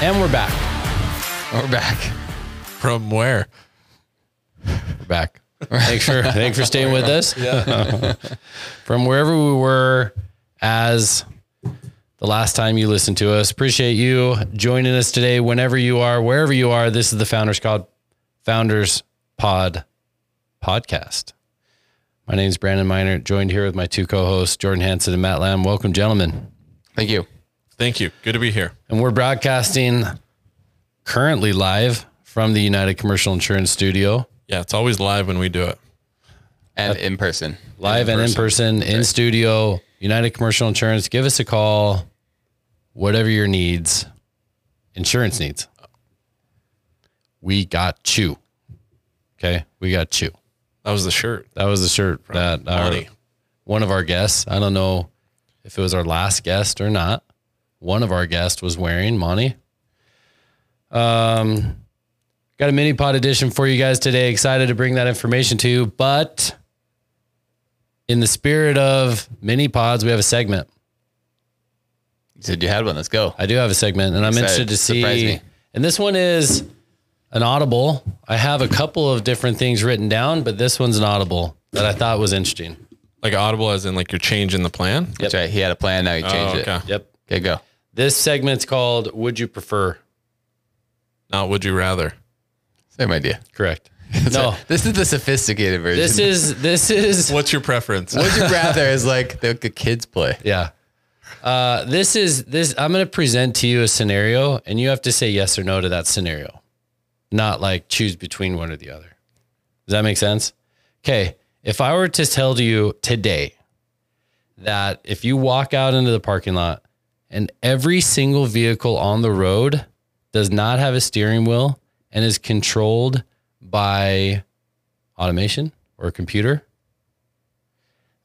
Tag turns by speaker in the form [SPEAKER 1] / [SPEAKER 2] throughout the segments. [SPEAKER 1] And we're back.
[SPEAKER 2] We're back. From where? We're back.
[SPEAKER 1] Thanks for thanks for staying with us. From wherever we were as the last time you listened to us. Appreciate you joining us today. Whenever you are, wherever you are, this is the Founders Pod Founders Pod podcast. My name is Brandon Miner, joined here with my two co-hosts, Jordan Hanson and Matt Lamb. Welcome, gentlemen.
[SPEAKER 3] Thank you.
[SPEAKER 2] Thank you. Good to be here.
[SPEAKER 1] And we're broadcasting currently live from the United Commercial Insurance Studio.
[SPEAKER 2] Yeah, it's always live when we do it.
[SPEAKER 3] And in person.
[SPEAKER 1] live and in person, in studio, United Commercial Insurance. Give us a call, whatever your needs, insurance needs. We got you. Okay, we got you.
[SPEAKER 2] That was the shirt.
[SPEAKER 1] That was the shirt that our,
[SPEAKER 2] Bonnie.
[SPEAKER 1] one of our guests. I don't know if it was our last guest or not. One of our guests was wearing Monty. Um, got a mini pod edition for you guys today. Excited to bring that information to you. But in the spirit of mini pods, we have a segment.
[SPEAKER 3] You said you had one. Let's go.
[SPEAKER 1] I do have a segment, and I'm
[SPEAKER 3] Excited.
[SPEAKER 1] interested to
[SPEAKER 3] Surprise
[SPEAKER 1] see.
[SPEAKER 3] me.
[SPEAKER 1] And this one is an audible. I have a couple of different things written down, but this one's an audible that I thought was interesting.
[SPEAKER 2] Like audible as in like you're changing the plan.
[SPEAKER 3] That's right. He had a plan. Now he changed
[SPEAKER 2] Oh, okay.
[SPEAKER 3] it.
[SPEAKER 1] Yep.
[SPEAKER 3] Okay, go.
[SPEAKER 1] This segment's called "Would You Prefer."
[SPEAKER 2] Not would you rather.
[SPEAKER 3] Same idea.
[SPEAKER 1] Correct. no,
[SPEAKER 3] This is the sophisticated version.
[SPEAKER 1] this is this is
[SPEAKER 2] What's your preference?
[SPEAKER 3] Would you rather is like the, the kids play.
[SPEAKER 1] yeah. Uh, this is this. I'm going to present to you a scenario, and you have to say yes or no to that scenario, not like choose between one or the other. Does that make sense? Okay. If I were to tell you today that if you walk out into the parking lot and every single vehicle on the road does not have a steering wheel and is controlled by automation or a computer,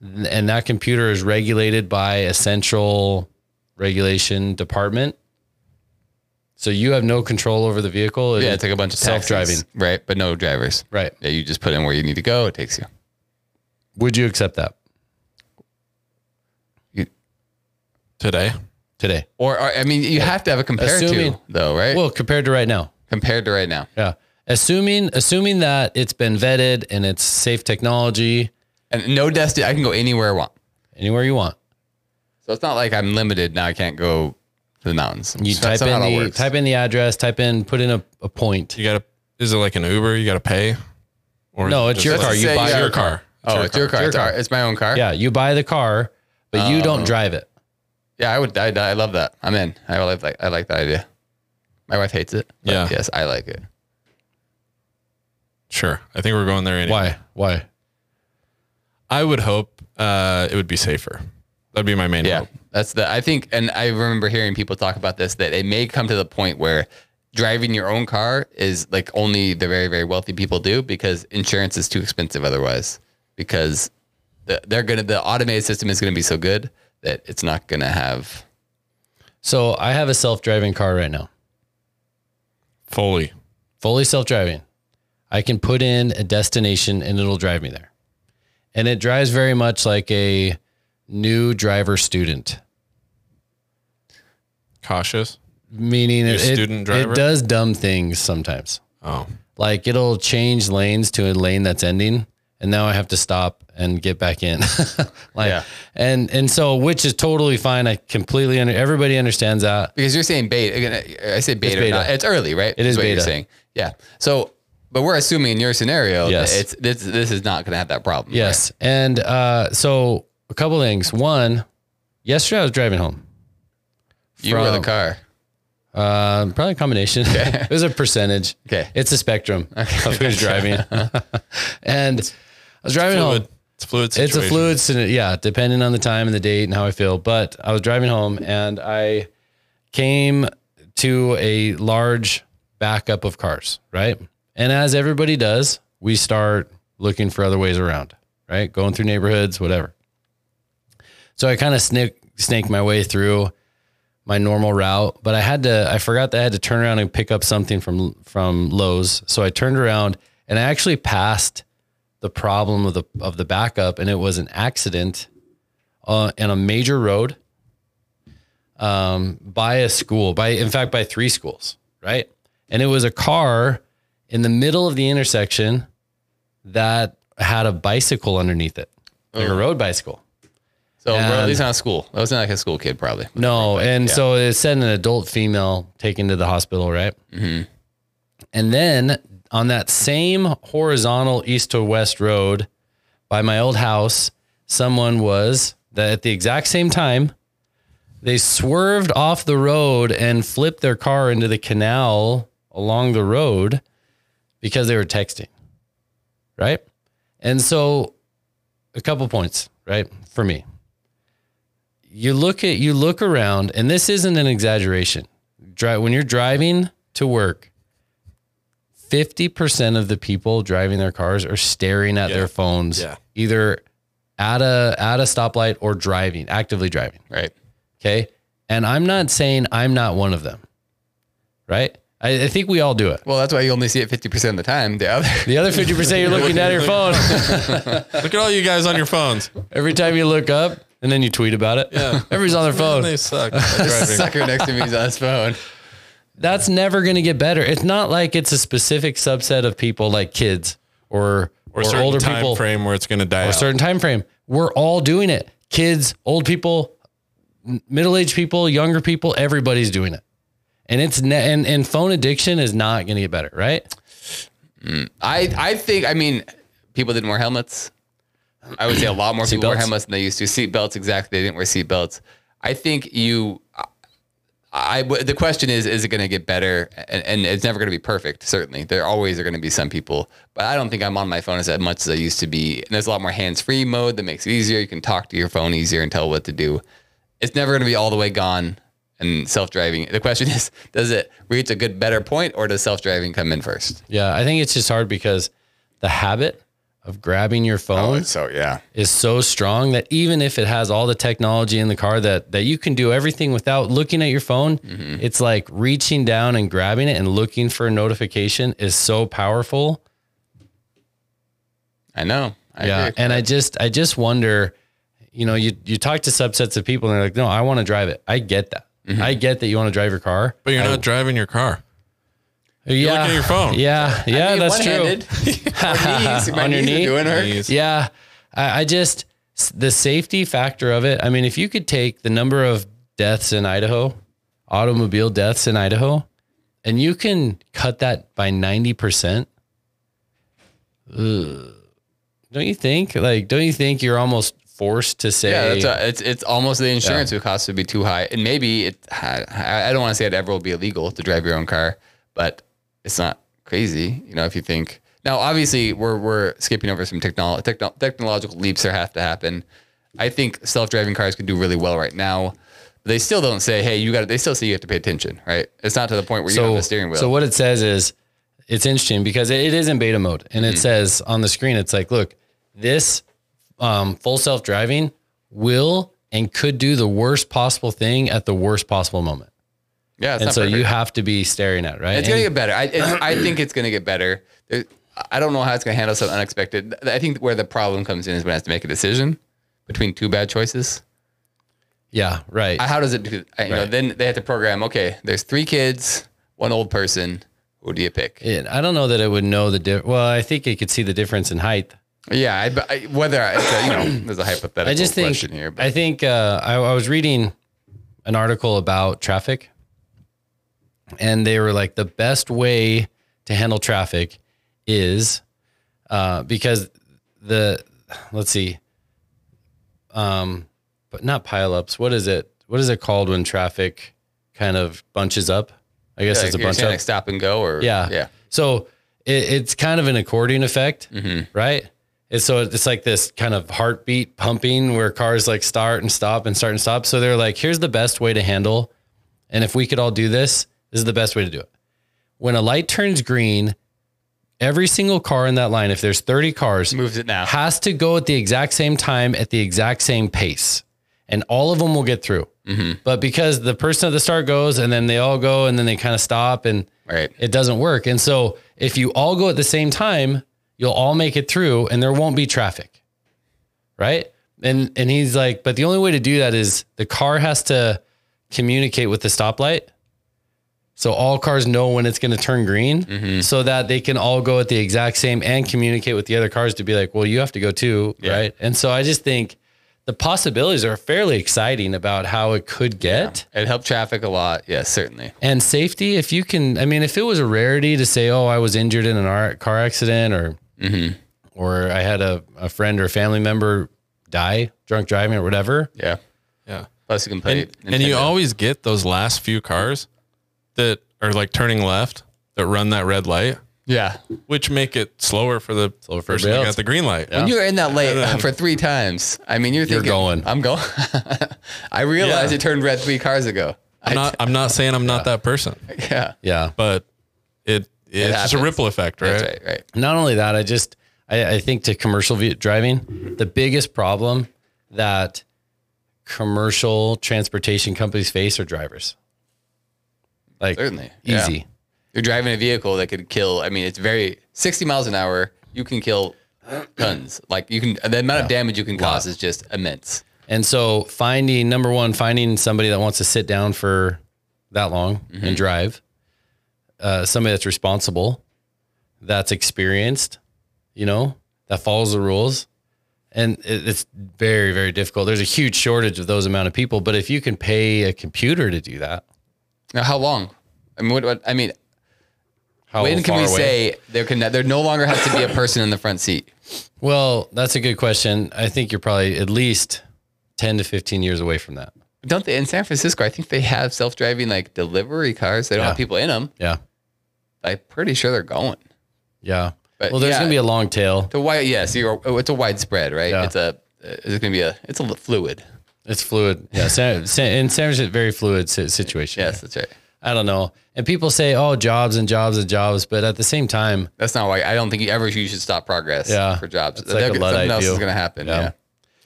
[SPEAKER 1] and that computer is regulated by a central regulation department. So you have no control over the vehicle. It
[SPEAKER 3] Yeah,
[SPEAKER 1] is
[SPEAKER 3] it's like a bunch of taxis,
[SPEAKER 1] self-driving.
[SPEAKER 3] Right, but no drivers.
[SPEAKER 1] Right.
[SPEAKER 3] Yeah, you just put in where you need to go. It takes you.
[SPEAKER 1] Would you accept that
[SPEAKER 2] Today.
[SPEAKER 1] today?
[SPEAKER 3] Or, or I mean, you have to have a compare
[SPEAKER 1] Assuming-
[SPEAKER 3] to though, right?
[SPEAKER 1] Well, compared to right now.
[SPEAKER 3] Compared to right now.
[SPEAKER 1] Yeah. Assuming assuming that it's been vetted and it's safe technology
[SPEAKER 3] And no destiny. I can go anywhere I want.
[SPEAKER 1] anywhere you want.
[SPEAKER 3] So it's not like I'm limited. Now I can't go to the mountains.
[SPEAKER 1] You type
[SPEAKER 3] That's not
[SPEAKER 1] in
[SPEAKER 3] how it
[SPEAKER 1] the
[SPEAKER 3] works.
[SPEAKER 1] type in the address, type in put in a, a point.
[SPEAKER 2] You gotta is it like an Uber you gotta pay? Or
[SPEAKER 1] No,
[SPEAKER 2] is it
[SPEAKER 1] it's
[SPEAKER 2] just
[SPEAKER 1] your
[SPEAKER 2] like-
[SPEAKER 1] car. You
[SPEAKER 3] Say
[SPEAKER 1] buy
[SPEAKER 3] you
[SPEAKER 2] It's
[SPEAKER 3] have
[SPEAKER 2] your
[SPEAKER 3] a
[SPEAKER 2] car.
[SPEAKER 3] Oh, it's your car. It's,
[SPEAKER 1] car.
[SPEAKER 3] our- it's my own car.
[SPEAKER 1] Yeah, you buy the car, but you don't drive it.
[SPEAKER 3] Yeah, I would. I, I love that. I'm in. I like that. I like that idea. My wife hates it. but
[SPEAKER 2] Yeah.
[SPEAKER 3] Yes, I like it.
[SPEAKER 2] Sure. I think we're going there anyway.
[SPEAKER 1] Why? Why?
[SPEAKER 2] I would hope uh, it would be safer. That'd be my main
[SPEAKER 3] Yeah,
[SPEAKER 2] hope.
[SPEAKER 3] that's the. I think, and I remember hearing people talk about this that it may come to the point where driving your own car is like only the very very wealthy people do because insurance is too expensive otherwise because the, they're gonna the automated system is gonna be so good that it's not gonna have
[SPEAKER 1] So I have a self driving car right now.
[SPEAKER 2] Fully.
[SPEAKER 1] fully self-driving. I can put in a destination and it'll drive me there. And it drives very much like a new driver student,
[SPEAKER 2] Cautious.
[SPEAKER 1] meaning it, it-
[SPEAKER 2] student driver?
[SPEAKER 1] it does dumb things sometimes.
[SPEAKER 2] Oh.
[SPEAKER 1] Like it'll change lanes to a lane that's ending and now I have to stop and get back in. like
[SPEAKER 3] Yeah.
[SPEAKER 1] and and so which is totally fine. I completely under, everybody understands that.
[SPEAKER 3] because you're saying beta. Again, I- I say beta. It's,
[SPEAKER 1] beta.
[SPEAKER 3] Not, it's early, right?
[SPEAKER 1] It is
[SPEAKER 3] what
[SPEAKER 1] beta.
[SPEAKER 3] You're saying, yeah. So, but we're assuming in your scenario, that
[SPEAKER 1] Yes.
[SPEAKER 3] it's this. This is not gonna have that problem. right?
[SPEAKER 1] Yes. And uh, so a couple things. One, yesterday I was driving home.
[SPEAKER 3] You were the
[SPEAKER 1] from-
[SPEAKER 3] car.
[SPEAKER 1] Um, probably a combination. it was a percentage.
[SPEAKER 3] Okay.
[SPEAKER 1] It's a spectrum of who's driving. and I was driving home.
[SPEAKER 2] Fluid. It's a fluid situation.
[SPEAKER 1] It's a fluid, scenario, yeah, depending on the time and the date and how I feel. But I was driving home and I came to a large backup of cars, right? And as everybody does, we start looking for other ways around, right? Going through neighborhoods, whatever. So I kind of snake snake my way through my normal route, but I had to I forgot that I had to turn around and pick up something from from Lowe's. So I turned around and I actually passed the problem of the of the backup, and it was an accident uh, on a major road. um, by a school, by in fact by three schools, right? And it was a car in the middle of the intersection that had a bicycle underneath it, like a road bicycle.
[SPEAKER 3] So well, at
[SPEAKER 1] And-
[SPEAKER 3] least not a school. That was not like a school kid, probably.
[SPEAKER 1] No, and so it said an adult female taken to the hospital, right? Mm-hmm. And then on that same horizontal east to west road by my old house, someone was that at the exact same time they swerved off the road and flipped their car into the canal along the road because they were texting, right? And so a couple points, right, for me you look at you look around and this isn't an exaggeration Dri when you're driving to work 50% of the people driving their cars are staring at their phones
[SPEAKER 2] Yeah.
[SPEAKER 1] either at a at a stoplight or driving actively driving
[SPEAKER 3] Right.
[SPEAKER 1] okay and i'm not saying i'm not one of them right i, I think we all do it
[SPEAKER 3] Well, that's why you only see it 50% of the time. The other.
[SPEAKER 1] the other 50% you're looking at your phone
[SPEAKER 2] Look at all you guys on your phones.
[SPEAKER 1] every time you look up and then you tweet about it
[SPEAKER 2] Yeah.
[SPEAKER 1] everybody's on their phone
[SPEAKER 2] They suck. at driving.
[SPEAKER 3] Sucker next to me is on his phone.
[SPEAKER 1] that's never going to get better. It's not like it's a specific subset of people like kids or
[SPEAKER 2] Or,
[SPEAKER 1] or,
[SPEAKER 2] certain
[SPEAKER 1] older
[SPEAKER 2] time
[SPEAKER 1] people
[SPEAKER 2] frame where it's going to die.
[SPEAKER 1] a
[SPEAKER 2] out.
[SPEAKER 1] certain time frame. We're all doing it. Kids, old people, m- middle-aged people, younger people, everybody's doing it. And it's ne- and and phone addiction is not going to get better, right?
[SPEAKER 3] I, I think, I mean, people didn't wear helmets. I would say a lot more people wore
[SPEAKER 1] belts.
[SPEAKER 3] helmets than they used to. Seat belts, exactly. They didn't wear seat belts. I think you, I- I, w- the question is, is it going to get better? And, and it's never going to be perfect, certainly. There always are going to be some people, but I don't think I'm on my phone as much as I used to be. And there's a lot more hands free mode that makes it easier. You can talk to your phone easier and tell what to do. It's never going to be all the way gone and self driving. The question is, does it reach a good, better point or does self driving come in first?
[SPEAKER 1] Yeah, I think it's just hard because the habit of grabbing your
[SPEAKER 2] Oh,
[SPEAKER 1] phone
[SPEAKER 3] So, yeah.
[SPEAKER 1] is so strong that even if it has all the technology in the car that that you can do everything without looking at your phone,
[SPEAKER 3] Mm-hmm.
[SPEAKER 1] it's like reaching down and grabbing it and looking for a notification is so powerful.
[SPEAKER 3] I know. I
[SPEAKER 1] yeah,
[SPEAKER 3] agree.
[SPEAKER 1] and I just I just wonder, you know, you you talk to subsets of people and they're like, "No, I want to drive it." I get that.
[SPEAKER 3] Mm-hmm.
[SPEAKER 1] I get that you want to drive your car.
[SPEAKER 2] But you're not driving your car.
[SPEAKER 1] yeah.
[SPEAKER 2] looking at your phone.
[SPEAKER 1] Yeah. Yeah,
[SPEAKER 3] I mean,
[SPEAKER 1] that's true.
[SPEAKER 3] one-handed. Her knees, my
[SPEAKER 1] On your
[SPEAKER 3] knees are
[SPEAKER 1] knee?
[SPEAKER 3] doing her.
[SPEAKER 2] Jeez.
[SPEAKER 1] Yeah. I, I just, s- the safety factor of it. I mean, if you could take the number of deaths in Idaho, automobile deaths in Idaho, and you can cut that by 90%. Ugh. Don't you think? Like, don't you think you're almost forced to say,
[SPEAKER 3] Yeah, that's a, it's it's almost the insurance cost would be too high, and maybe it. I, I- I don't want to say it ever will be illegal to drive your own car, but it's not crazy, you know. If you think now, obviously we're we're skipping over some technolo- techno- technological leaps that have to happen. I think self driving cars can do really well right now. But they still don't say, "Hey, you got." They still say you have to pay attention, right? It's not to the point where you don't
[SPEAKER 1] so,
[SPEAKER 3] have a steering wheel.
[SPEAKER 1] so what it says is it's interesting because it- it is in beta mode and
[SPEAKER 3] Mm.
[SPEAKER 1] it says on the screen, it's like, look, this um, full self driving will and could do the worst possible thing at the worst possible moment.
[SPEAKER 3] yeah, it's
[SPEAKER 1] And
[SPEAKER 3] not
[SPEAKER 1] so
[SPEAKER 3] perfect.
[SPEAKER 1] you have to be staring at it, right?
[SPEAKER 3] It's gonna
[SPEAKER 1] And-
[SPEAKER 3] get better. I it, I think it's gonna get better. There- I don't know how it's gonna handle something unexpected. I think where the problem comes in is when it has to make a decision between two bad choices.
[SPEAKER 1] yeah, right.
[SPEAKER 3] Uh, How does it do? I- You know,
[SPEAKER 1] Right.
[SPEAKER 3] then they have to program. Okay, there's three kids, one old person. Who do you pick?
[SPEAKER 1] It- I don't know that it would know the difference. Well, I think it could see the difference in height.
[SPEAKER 3] Yeah, I, but I, whether I, it's a, you know, there's a hypothetical
[SPEAKER 1] I just think
[SPEAKER 3] question here, but
[SPEAKER 1] I think uh, I, I was reading an article about traffic, and they were like the best way to handle traffic is uh, because the let's see, um, but not pileups. What is it? What is it called when traffic kind of bunches up? I guess
[SPEAKER 3] Yeah,
[SPEAKER 1] it's a
[SPEAKER 3] you're
[SPEAKER 1] bunch
[SPEAKER 3] saying,
[SPEAKER 1] up.
[SPEAKER 3] like stop and go, or
[SPEAKER 1] Yeah.
[SPEAKER 3] yeah,
[SPEAKER 1] So it, it's kind of an accordion effect,
[SPEAKER 3] Mm-hmm.
[SPEAKER 1] right? And so it's like this kind of heartbeat pumping where cars like start and stop and start and stop. So they're like, here's the best way to handle. And if we could all do this, this is the best way to do it. When a light turns green, every single car in that line, if there's 30 cars,
[SPEAKER 3] moves it now.
[SPEAKER 1] has to go at the exact same time at the exact same pace, and all of them will get through.
[SPEAKER 3] Mm-hmm.
[SPEAKER 1] But because the person at the start goes, and then they all go, and then they kind of stop, and
[SPEAKER 3] Right.
[SPEAKER 1] it doesn't work. And so if you all go at the same time, you'll all make it through, and there won't be traffic, right? And and he's like, but the only way to do that is the car has to communicate with the stoplight. So all cars know when it's going to turn green
[SPEAKER 3] Mm-hmm.
[SPEAKER 1] so that they can all go at the exact same and communicate with the other cars to be like, well, you have to go too. Right. And so I just think the possibilities are fairly exciting about how it could get
[SPEAKER 3] It helped traffic a lot. Yes, certainly.
[SPEAKER 1] and safety. If you can, I mean, if it was a rarity to say, oh, I was injured in an ar- car accident or,
[SPEAKER 3] Mm-hmm.
[SPEAKER 1] or I had a, a friend or family member die drunk driving or whatever.
[SPEAKER 3] Yeah.
[SPEAKER 2] Yeah.
[SPEAKER 3] Plus you can play.
[SPEAKER 2] And you
[SPEAKER 3] Nintendo.
[SPEAKER 2] always get those last few cars that are like turning left that run that red light,
[SPEAKER 3] yeah.
[SPEAKER 2] which make it slower for the person
[SPEAKER 1] everybody
[SPEAKER 2] that
[SPEAKER 1] else.
[SPEAKER 2] got the green light.
[SPEAKER 3] When you're in that late for three times, I mean, you're thinking
[SPEAKER 1] going.
[SPEAKER 3] I'm going. I realized
[SPEAKER 2] Yeah.
[SPEAKER 3] it turned red three cars ago. I
[SPEAKER 2] I'm not I'm not saying I'm not that person,
[SPEAKER 3] yeah.
[SPEAKER 1] Yeah.
[SPEAKER 2] but it it's just a
[SPEAKER 3] happens.
[SPEAKER 2] ripple effect, right?
[SPEAKER 3] That's right. Right.
[SPEAKER 1] not only that, I just I, I think to commercial ve- driving, the biggest problem that commercial transportation companies face are drivers. Like
[SPEAKER 3] Certainly. Yeah.
[SPEAKER 1] easy.
[SPEAKER 3] You're driving a vehicle that could kill. I mean, it's very 60 miles an hour. You can kill tons. Like you can, the amount of damage you can cause is just immense.
[SPEAKER 1] And so finding number one, finding somebody that wants to sit down for that long
[SPEAKER 3] Mm-hmm.
[SPEAKER 1] and drive, uh, somebody that's responsible, that's experienced, you know, that follows the rules. And it, it's very, very difficult. There's a huge shortage of those amount of people. But if you can pay a computer to do that,
[SPEAKER 3] Now, how long? I mean, what, what I mean,
[SPEAKER 1] how
[SPEAKER 3] when can we
[SPEAKER 1] away-
[SPEAKER 3] say there can there no longer has to be a person in the front seat?
[SPEAKER 1] Well, that's a good question. I think you're probably at least 10 to 15 years away from that.
[SPEAKER 3] Don't they in San Francisco? I think they have self driving like delivery cars. They don't have people in them.
[SPEAKER 1] Yeah.
[SPEAKER 3] I'm pretty sure they're going.
[SPEAKER 1] Yeah.
[SPEAKER 3] But
[SPEAKER 1] well, there's
[SPEAKER 3] yeah.
[SPEAKER 1] going to be a long tail.
[SPEAKER 3] It's a wide, yes, you're, oh, it's a widespread, right?
[SPEAKER 1] Yeah.
[SPEAKER 3] It's a, it's going to be a, it's a li- fluid.
[SPEAKER 1] It's fluid. Yeah. San, San, in San Francisco, very fluid si- situation.
[SPEAKER 3] Yes, that's right.
[SPEAKER 1] I don't know. And people say, oh, jobs and jobs and jobs. But at the same time,
[SPEAKER 3] That's not why I don't think you ever you should stop progress
[SPEAKER 1] Yeah.
[SPEAKER 3] for jobs.
[SPEAKER 1] It's like a
[SPEAKER 3] They'll get-
[SPEAKER 1] Luddite
[SPEAKER 3] something else
[SPEAKER 1] view.
[SPEAKER 3] is going to happen.
[SPEAKER 1] Yeah.
[SPEAKER 3] Yeah.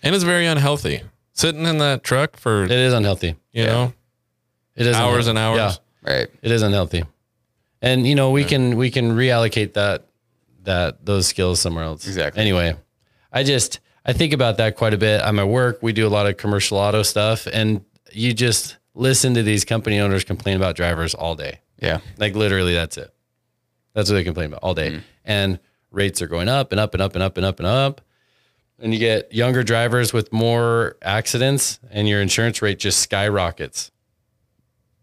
[SPEAKER 2] And it's very unhealthy. Sitting in that truck for
[SPEAKER 1] it is unhealthy.
[SPEAKER 2] you know
[SPEAKER 1] It is
[SPEAKER 2] hours
[SPEAKER 1] unhealthy.
[SPEAKER 2] and hours.
[SPEAKER 1] Yeah.
[SPEAKER 3] Right.
[SPEAKER 1] It is unhealthy. And, you know, we can, we can reallocate that, that, those skills somewhere else.
[SPEAKER 3] Exactly.
[SPEAKER 1] Anyway, I just, I think about that quite a bit. I'm at work. We do a lot of commercial auto stuff. And you just listen to these company owners complain about drivers all day.
[SPEAKER 3] Yeah.
[SPEAKER 1] Like literally, that's it. That's what they complain about all day. And rates are going up and up and up and up and up and up. And you get younger drivers with more accidents, and your insurance rate just skyrockets.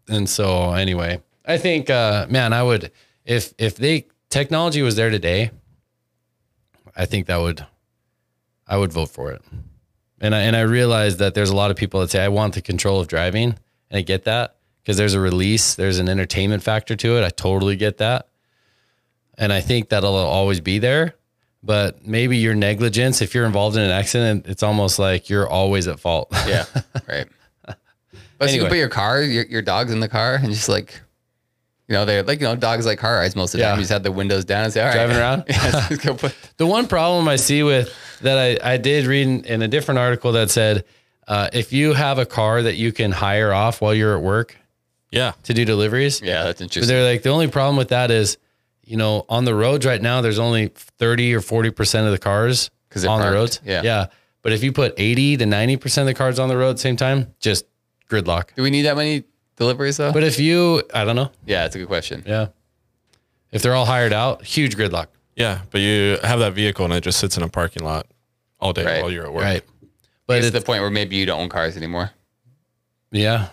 [SPEAKER 1] And so, anyway, I think, uh, man, I would if if they technology was there today, I think that would I would vote for it. And I and I realize that there's a lot of people that say I want the control of driving, and I get that because there's a release, there's an entertainment factor to it. I totally get that, and I think that'll always be there. But maybe your negligence, if you're involved in an accident, it's almost like you're always at fault.
[SPEAKER 3] Yeah. right. But so you
[SPEAKER 1] Anyway.
[SPEAKER 3] can put your car, your, your dog's in the car and just like, you know, they're like, you know, dogs like car eyes most of the
[SPEAKER 1] Yeah.
[SPEAKER 3] time. You just have the windows down and say, all right.
[SPEAKER 1] Driving around?
[SPEAKER 3] yeah, just go put,
[SPEAKER 1] The one problem I see with that I, I did read in, in a different article that said uh, if you have a car that you can hire off while you're at work
[SPEAKER 2] Yeah.
[SPEAKER 1] to do deliveries,
[SPEAKER 3] yeah, that's
[SPEAKER 1] but
[SPEAKER 3] interesting.
[SPEAKER 1] they're like the only problem with that is, you know, on the roads right now there's only thirty or forty percent of the cars
[SPEAKER 3] 'Cause
[SPEAKER 1] on
[SPEAKER 3] they're
[SPEAKER 1] the
[SPEAKER 3] parked.
[SPEAKER 1] roads.
[SPEAKER 3] Yeah.
[SPEAKER 1] yeah. But if you put eighty to ninety percent of the cars on the road at the same time, just gridlock.
[SPEAKER 3] Do we need that many deliveries though?
[SPEAKER 1] But if you, I don't know,
[SPEAKER 3] yeah, that's a good question.
[SPEAKER 1] yeah, if they're all hired out, huge gridlock.
[SPEAKER 2] Yeah. But you have that vehicle and it just sits in a parking lot all day
[SPEAKER 3] Right.
[SPEAKER 2] while you're at work.
[SPEAKER 1] Right. But
[SPEAKER 3] It's
[SPEAKER 1] it's,
[SPEAKER 3] the point where maybe you don't own cars anymore.
[SPEAKER 1] yeah,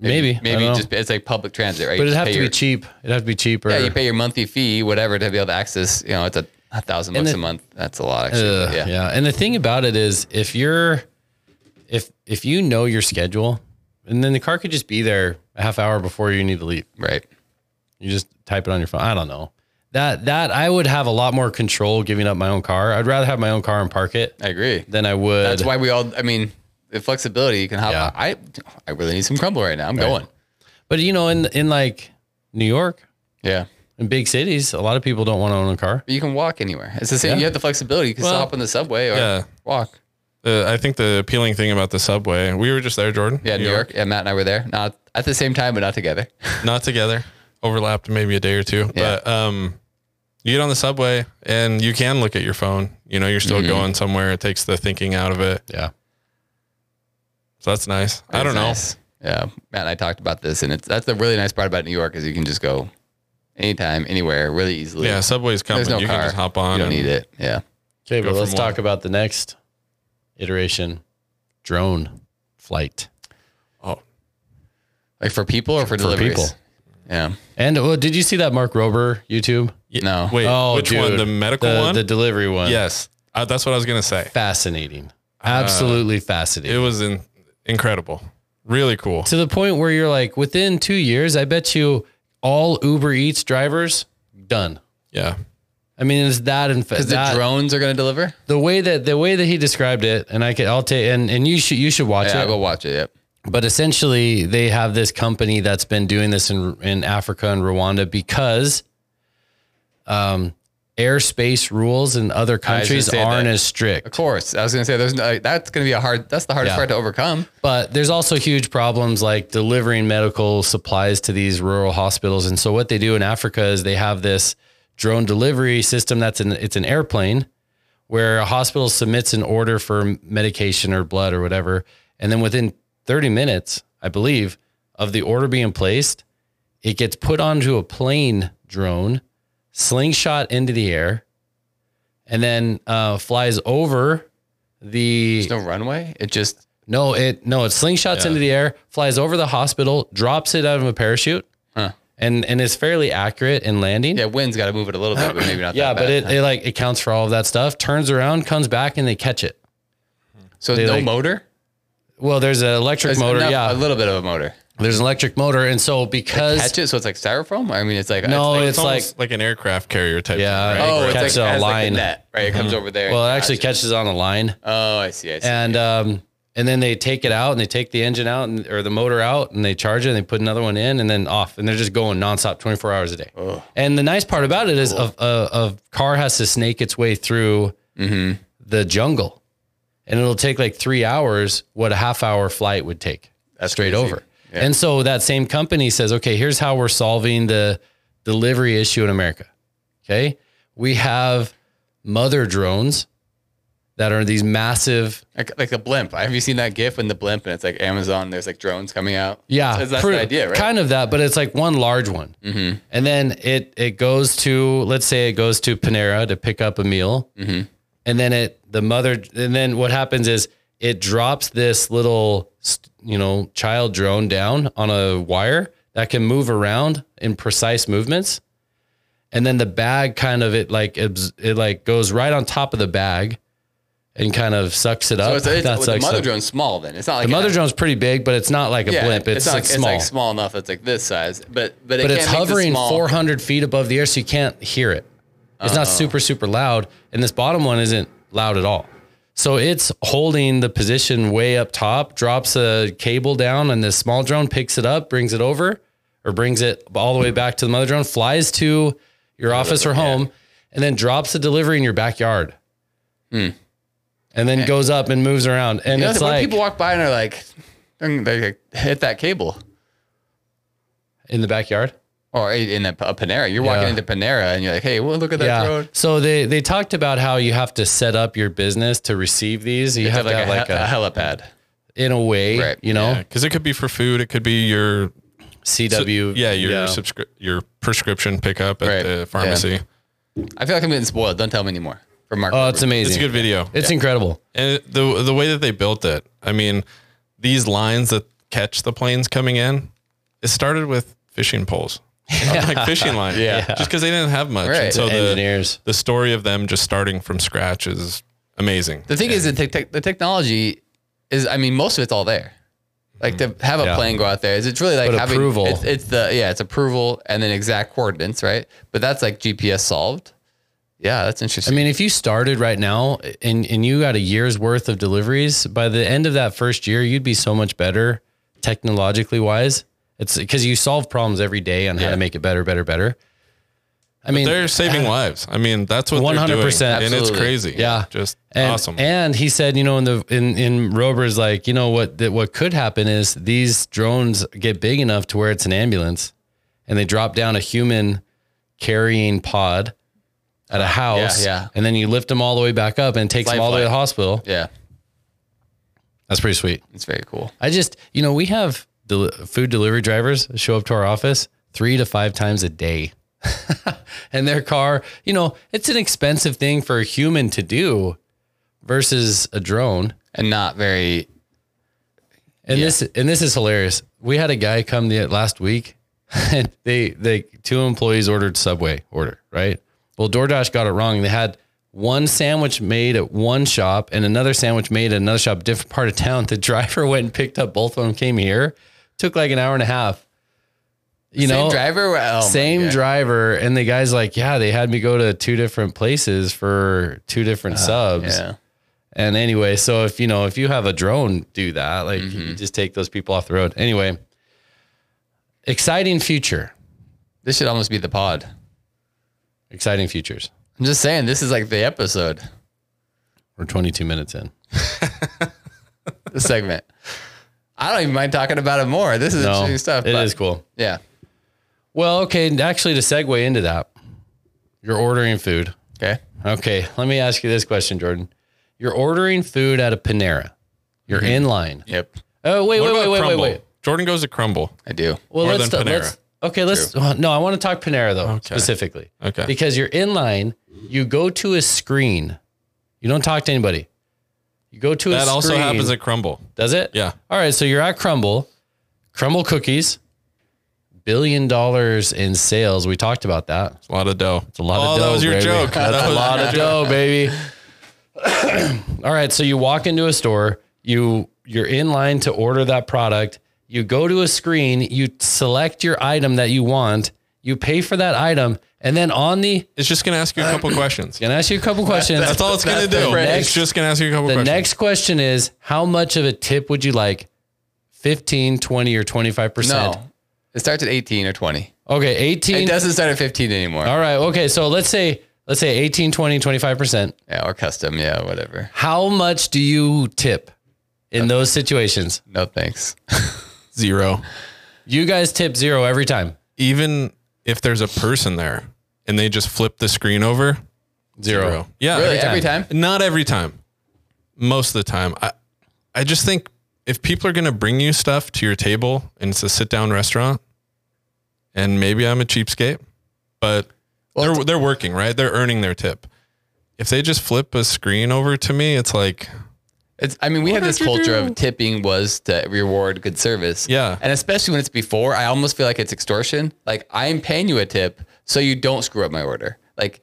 [SPEAKER 1] maybe I
[SPEAKER 3] Maybe
[SPEAKER 1] don't know.
[SPEAKER 3] just it's like public transit, right?
[SPEAKER 1] But
[SPEAKER 3] You
[SPEAKER 1] it'd
[SPEAKER 3] just
[SPEAKER 1] have
[SPEAKER 3] pay
[SPEAKER 1] to
[SPEAKER 3] your-
[SPEAKER 1] be cheap. It'd have to be cheaper.
[SPEAKER 3] Yeah, you pay your monthly fee, whatever, to be able to access. You know, it's a, a thousand bucks
[SPEAKER 1] it-
[SPEAKER 3] a month. That's a lot, actually.
[SPEAKER 1] Ugh,
[SPEAKER 3] but
[SPEAKER 1] yeah.
[SPEAKER 3] yeah.
[SPEAKER 1] And the thing about it is if you're if if you know your schedule and then the car could just be there a half hour before you need to leave.
[SPEAKER 3] right.
[SPEAKER 1] You just type it on your phone. I don't know. That that I would have a lot more control giving up my own car. I'd rather have my own car and park it
[SPEAKER 3] I agree.
[SPEAKER 1] than I would
[SPEAKER 3] That's why we all. I mean, the flexibility you can hop.
[SPEAKER 1] Yeah.
[SPEAKER 3] I I really need some crumble right now. I'm going.
[SPEAKER 1] But you know in in like New York
[SPEAKER 3] Yeah,
[SPEAKER 1] in big cities, a lot of people don't want to own a car.
[SPEAKER 3] but you can walk anywhere. It's the same. You have the flexibility. You can
[SPEAKER 2] Well,
[SPEAKER 3] stop on the subway or
[SPEAKER 2] yeah.
[SPEAKER 3] walk.
[SPEAKER 2] The- Uh, I think the appealing thing about the subway, we were just there, Jordan.
[SPEAKER 3] Yeah, New, York. Yeah, Matt and I were there. Not at the same time, but not together.
[SPEAKER 2] not together overlapped maybe a day or two
[SPEAKER 3] Yeah.
[SPEAKER 2] but um you get on the subway and you can look at your phone you know you're still
[SPEAKER 3] Mm-hmm.
[SPEAKER 2] going somewhere it takes the thinking out of it
[SPEAKER 1] Yeah.
[SPEAKER 2] so that's nice i
[SPEAKER 3] It's
[SPEAKER 2] don't know
[SPEAKER 3] nice. Yeah, Matt and I talked about this, and it's that's the really nice part about New York is you can just go anytime, anywhere, really easily.
[SPEAKER 2] Yeah, subway's coming.
[SPEAKER 3] There's no
[SPEAKER 2] you
[SPEAKER 3] car.
[SPEAKER 2] can just hop on.
[SPEAKER 3] you don't
[SPEAKER 2] and
[SPEAKER 3] need it. Yeah,
[SPEAKER 1] Okay,
[SPEAKER 2] Go
[SPEAKER 1] but
[SPEAKER 2] from
[SPEAKER 1] let's
[SPEAKER 2] one.
[SPEAKER 1] talk about the next iteration drone flight.
[SPEAKER 2] Oh,
[SPEAKER 3] like for people or for, deliveries.
[SPEAKER 1] people.
[SPEAKER 3] Yeah,
[SPEAKER 1] And well, did you see that Mark Rober YouTube?
[SPEAKER 2] Yeah,
[SPEAKER 3] No.
[SPEAKER 2] Wait,
[SPEAKER 1] Oh,
[SPEAKER 2] which
[SPEAKER 1] dude.
[SPEAKER 2] one? The medical
[SPEAKER 1] the,
[SPEAKER 2] one?
[SPEAKER 1] The delivery one.
[SPEAKER 2] yes. Uh, that's what I was going to say.
[SPEAKER 1] Fascinating.
[SPEAKER 3] Uh,
[SPEAKER 1] Absolutely fascinating.
[SPEAKER 2] It was in, incredible. Really cool.
[SPEAKER 1] to the point where you're like, within two years, I bet you all Uber Eats drivers done.
[SPEAKER 2] Yeah.
[SPEAKER 1] I mean, is that in fact
[SPEAKER 3] because the
[SPEAKER 1] that-
[SPEAKER 3] drones are going to deliver.
[SPEAKER 1] the way that the way that he described it, and I could I'll take and and you should you should watch
[SPEAKER 3] Yeah,
[SPEAKER 1] it.
[SPEAKER 3] I'll go watch it. Yep.
[SPEAKER 1] But essentially, they have this company that's been doing this in in Africa and Rwanda because um, airspace rules in other countries
[SPEAKER 3] say
[SPEAKER 1] aren't
[SPEAKER 3] that.
[SPEAKER 1] as
[SPEAKER 3] Of
[SPEAKER 1] strict.
[SPEAKER 3] course, I was going to say there's no, like, that's going to be a hard. That's the hardest
[SPEAKER 1] Yeah.
[SPEAKER 3] part to overcome.
[SPEAKER 1] But there's also huge problems like delivering medical supplies to these rural hospitals. And so what they do in Africa is they have this drone delivery system that's an it's an airplane where a hospital submits an order for medication or blood or whatever. And then within 30 minutes, I believe, of the order being placed, it gets put onto a plane drone, slingshot into the air, and then uh, flies over the
[SPEAKER 3] There's no runway. It just
[SPEAKER 1] no, it no, it slingshots into the air, flies over the hospital, drops it out of a parachute,
[SPEAKER 3] Huh.
[SPEAKER 1] and and is fairly accurate in landing.
[SPEAKER 3] yeah, wind's got to move it a little bit, but maybe not.
[SPEAKER 1] yeah,
[SPEAKER 3] that
[SPEAKER 1] but
[SPEAKER 3] bad.
[SPEAKER 1] it, it like it counts for all of that stuff. Turns around, comes back, and they catch it.
[SPEAKER 3] so
[SPEAKER 1] they
[SPEAKER 3] no
[SPEAKER 1] like-
[SPEAKER 3] motor.
[SPEAKER 1] Well, there's an electric
[SPEAKER 3] There's
[SPEAKER 1] motor.
[SPEAKER 3] enough-
[SPEAKER 1] yeah,
[SPEAKER 3] a little bit of a motor.
[SPEAKER 1] there's an electric motor, and so because
[SPEAKER 3] Catch it, so it's like styrofoam. I mean, it's like
[SPEAKER 1] no,
[SPEAKER 3] it's like-
[SPEAKER 1] it's,
[SPEAKER 2] It's,
[SPEAKER 1] like
[SPEAKER 2] almost like, an aircraft carrier type.
[SPEAKER 1] Yeah.
[SPEAKER 2] Thing, right?
[SPEAKER 3] oh, it's
[SPEAKER 1] catch
[SPEAKER 3] like,
[SPEAKER 1] it
[SPEAKER 3] it
[SPEAKER 1] on a
[SPEAKER 3] has like a
[SPEAKER 1] line.
[SPEAKER 3] net, right? It comes over there.
[SPEAKER 1] well, it
[SPEAKER 3] and
[SPEAKER 1] actually
[SPEAKER 3] catches
[SPEAKER 1] catches on a line,
[SPEAKER 3] it. Oh, I see. I see.
[SPEAKER 1] and um, and then they take it out and they take the engine out and or the motor out and they charge it and they put another one in and then off and they're just going nonstop 24 hours a day.
[SPEAKER 3] Oh,
[SPEAKER 1] And the nice part about it is a, a, a car has to snake its way through
[SPEAKER 3] mm-hmm.
[SPEAKER 1] the jungle and it'll take like three hours what a half hour flight would take straight
[SPEAKER 3] crazy.
[SPEAKER 1] over. And so that same company says, okay, here's how we're solving the delivery issue in America. Okay. We have mother drones that are these massive
[SPEAKER 3] Like, like the blimp. Have you seen that GIF when the blimp and it's like Amazon? There's like drones coming out.
[SPEAKER 1] Yeah,
[SPEAKER 3] that's, that's
[SPEAKER 1] pr-
[SPEAKER 3] the idea, right?
[SPEAKER 1] Kind of that, but it's like one large one,
[SPEAKER 3] Mm-hmm.
[SPEAKER 1] and then it it goes to let's say it goes to Panera to pick up a meal,
[SPEAKER 3] Mm-hmm.
[SPEAKER 1] and then it the mother and then what happens is it drops this little st- you know child drone down on a wire that can move around in precise movements, and then the bag kind of it like abs- it like goes right on top of the bag, and kind of sucks it
[SPEAKER 3] so
[SPEAKER 1] up.
[SPEAKER 3] it's, it's,
[SPEAKER 1] Not
[SPEAKER 3] well, the
[SPEAKER 1] sucks
[SPEAKER 3] mother
[SPEAKER 1] up.
[SPEAKER 3] drone's small. Then it's not like
[SPEAKER 1] Oh, The mother
[SPEAKER 3] a-
[SPEAKER 1] drone's pretty big, but it's not like a
[SPEAKER 3] yeah,
[SPEAKER 1] blimp. It's,
[SPEAKER 3] not-
[SPEAKER 1] like small.
[SPEAKER 3] It's like small enough. It's like this size, but but, it
[SPEAKER 1] but
[SPEAKER 3] can't
[SPEAKER 1] it's
[SPEAKER 3] make the
[SPEAKER 1] hovering
[SPEAKER 3] small-
[SPEAKER 1] 400 feet above the air, so you can't hear it. It's not super, super loud. And this bottom one isn't loud at all. So it's holding the position way up top, drops a cable down, and this small drone picks it up, brings it over, or brings it all the way back to the mother drone, flies to your office or home, and then drops the delivery in your backyard. And then goes up and moves around. And
[SPEAKER 3] Hmm. You know,
[SPEAKER 1] it's
[SPEAKER 3] when
[SPEAKER 1] like
[SPEAKER 3] people walk by and are like, "Dang," they like, hit that cable.
[SPEAKER 1] in the backyard.
[SPEAKER 3] Or in a, a Panera, you're walking
[SPEAKER 1] Yeah.
[SPEAKER 3] into Panera and you're like, "Hey, well, look at that
[SPEAKER 1] yeah.
[SPEAKER 3] drone."
[SPEAKER 1] So they they talked about how you have to set up your business to receive these. You,
[SPEAKER 3] You
[SPEAKER 1] have,
[SPEAKER 3] have like,
[SPEAKER 1] to
[SPEAKER 3] a,
[SPEAKER 1] have like
[SPEAKER 3] he-
[SPEAKER 1] a,
[SPEAKER 3] a helipad.
[SPEAKER 1] in a way,
[SPEAKER 3] Right.
[SPEAKER 1] you know,
[SPEAKER 2] Because it could be for food. It could be your
[SPEAKER 1] CW.
[SPEAKER 2] yeah your subscri- your prescription pickup at
[SPEAKER 3] Right. Yeah.
[SPEAKER 2] the pharmacy.
[SPEAKER 3] I feel like I'm getting spoiled. Don't tell me anymore. From Mark.
[SPEAKER 1] oh,
[SPEAKER 3] Wahlberg.
[SPEAKER 1] it's amazing.
[SPEAKER 2] It's
[SPEAKER 1] It's,
[SPEAKER 2] a good video.
[SPEAKER 1] incredible.
[SPEAKER 2] and it- the the way that they built it, I mean, these lines that catch the planes coming in, it started with fishing poles, like fishing line,
[SPEAKER 3] Yeah.
[SPEAKER 2] just because they didn't have much.
[SPEAKER 3] Right.
[SPEAKER 2] And so
[SPEAKER 1] The
[SPEAKER 2] the
[SPEAKER 1] engineers.
[SPEAKER 2] the story of them just starting from scratch is amazing.
[SPEAKER 3] The thing is, the, tech tech- the technology is, I mean, most of it's all there. Like to have a
[SPEAKER 1] Mm-hmm. Yeah.
[SPEAKER 3] plane go out there is it's really like
[SPEAKER 1] But
[SPEAKER 3] having
[SPEAKER 1] approval.
[SPEAKER 3] It's, it's the yeah, it's approval and then exact coordinates, right? But that's like GPS solved. Yeah, that's
[SPEAKER 1] I
[SPEAKER 3] interesting.
[SPEAKER 1] mean, if you started right now and and you got a year's worth of deliveries, by the end of that first year, you'd be so much better technologically wise. It's because you solve problems every day on how
[SPEAKER 3] Yeah.
[SPEAKER 1] to make it better, better, better. I mean,
[SPEAKER 2] They're saving lives. I mean, that's what
[SPEAKER 1] 100%.
[SPEAKER 2] they're doing, and it's
[SPEAKER 3] Absolutely.
[SPEAKER 2] crazy.
[SPEAKER 1] Yeah.
[SPEAKER 2] just
[SPEAKER 1] and,
[SPEAKER 2] awesome.
[SPEAKER 1] And he said, you know, in the in in Rober's like, you know what that what could happen is these drones get big enough to where it's an ambulance, and they drop down a human carrying pod at a house,
[SPEAKER 3] yeah.
[SPEAKER 1] and then you lift them all the way back up and it takes
[SPEAKER 3] Fly,
[SPEAKER 1] them all the way to the
[SPEAKER 3] fly.
[SPEAKER 1] hospital.
[SPEAKER 3] yeah,
[SPEAKER 1] That's pretty sweet.
[SPEAKER 3] it's very cool.
[SPEAKER 1] I just, you know, we have del- food delivery drivers show up to our office three to five times a day. and their car, you know, it's an expensive thing for a human to do versus a drone.
[SPEAKER 3] and not very.
[SPEAKER 1] And this and this is hilarious. We had a guy come the last week, and they they two employees ordered Subway order right. Well, DoorDash got it wrong. They had one sandwich made at one shop and another sandwich made at another shop, different part of town. The driver went and picked up both of them, came here, took like an hour and a half. You
[SPEAKER 3] same
[SPEAKER 1] know,
[SPEAKER 3] driver. Oh Well,
[SPEAKER 1] same driver, and the guy's like, "Yeah, they had me go to two different places for two different subs."
[SPEAKER 3] Uh, Yeah.
[SPEAKER 1] And anyway, so if you know, if you have a drone do that, like
[SPEAKER 2] Mm-hmm.
[SPEAKER 1] you just take those people off the road. Anyway, exciting future.
[SPEAKER 3] This should almost be the pod.
[SPEAKER 1] Exciting futures.
[SPEAKER 3] I'm just saying, this is like the episode,
[SPEAKER 1] We're 22 minutes in.
[SPEAKER 3] the segment. I don't even mind talking about it more. This is
[SPEAKER 1] No,
[SPEAKER 3] interesting stuff.
[SPEAKER 1] it
[SPEAKER 3] but-
[SPEAKER 1] is cool.
[SPEAKER 3] Yeah.
[SPEAKER 1] Well, okay. and Actually, to segue into that, you're ordering food.
[SPEAKER 3] Okay.
[SPEAKER 1] Okay. Let me ask you this question, Jordan. You're ordering food at a Panera. You're in line.
[SPEAKER 3] Yep.
[SPEAKER 1] Oh, wait, wait, wait, wait, wait,
[SPEAKER 2] Mm-hmm. Crumble?
[SPEAKER 1] wait.
[SPEAKER 2] Jordan goes to Crumble.
[SPEAKER 3] I do.
[SPEAKER 1] Well,
[SPEAKER 2] More
[SPEAKER 1] let's,
[SPEAKER 2] than Panera.
[SPEAKER 1] let's okay. Let's well, no. I want to talk Panera though specifically.
[SPEAKER 2] Okay.
[SPEAKER 1] Because you're in line, you go to a screen. You don't talk to anybody. You go to a
[SPEAKER 2] That
[SPEAKER 1] screen.
[SPEAKER 2] also happens at Crumble.
[SPEAKER 1] does it?
[SPEAKER 2] Yeah.
[SPEAKER 1] All right. So you're at Crumble, Crumble cookies, billion dollars in sales. We talked about that.
[SPEAKER 2] It's a lot of dough. It's
[SPEAKER 1] A lot
[SPEAKER 2] oh,
[SPEAKER 1] of dough,
[SPEAKER 2] that was your
[SPEAKER 1] baby.
[SPEAKER 2] joke.
[SPEAKER 1] That's
[SPEAKER 2] That
[SPEAKER 1] a
[SPEAKER 2] was-
[SPEAKER 1] lot of dough, baby. All right, so you walk into a store, you you're in line to order that product. You go to a screen, you select your item that you want, you pay for that item, and then on the
[SPEAKER 2] It's just gonna ask you a couple questions.
[SPEAKER 1] gonna ask you a couple questions.
[SPEAKER 2] That's all it's gonna
[SPEAKER 3] That's the
[SPEAKER 2] do.
[SPEAKER 3] phrase.
[SPEAKER 2] It's just gonna ask you a couple
[SPEAKER 1] the
[SPEAKER 2] questions.
[SPEAKER 1] next question is how much of a tip would you like? 15, 20 or 25%?
[SPEAKER 3] No. It starts at 18 or 20.
[SPEAKER 1] Okay, 18.
[SPEAKER 3] It doesn't start at 15 anymore.
[SPEAKER 1] All right. Okay, so let's say let's say 18, 20, 25%.
[SPEAKER 3] Yeah, or custom. Yeah, whatever.
[SPEAKER 1] How much do you tip in those situations?
[SPEAKER 3] No thanks.
[SPEAKER 2] Zero.
[SPEAKER 1] You guys tip zero every time.
[SPEAKER 2] Even if there's a person there and they just flip the screen over,
[SPEAKER 1] Zero.
[SPEAKER 2] zero. Yeah.
[SPEAKER 3] Really?
[SPEAKER 1] time.
[SPEAKER 3] Every time?
[SPEAKER 2] Not every time. Most of the time. I I just think if people are going to bring you stuff to your table and it's a sit down restaurant, and maybe I'm a cheapskate, but they're they're working right. They're earning their tip. If they just flip a screen over to me, it's like
[SPEAKER 3] It's, I mean, we had this culture of tipping was to reward good service.
[SPEAKER 2] Yeah.
[SPEAKER 3] And especially when it's before, I almost feel like it's extortion. Like, I'm paying you a tip so you don't screw up my order. Like,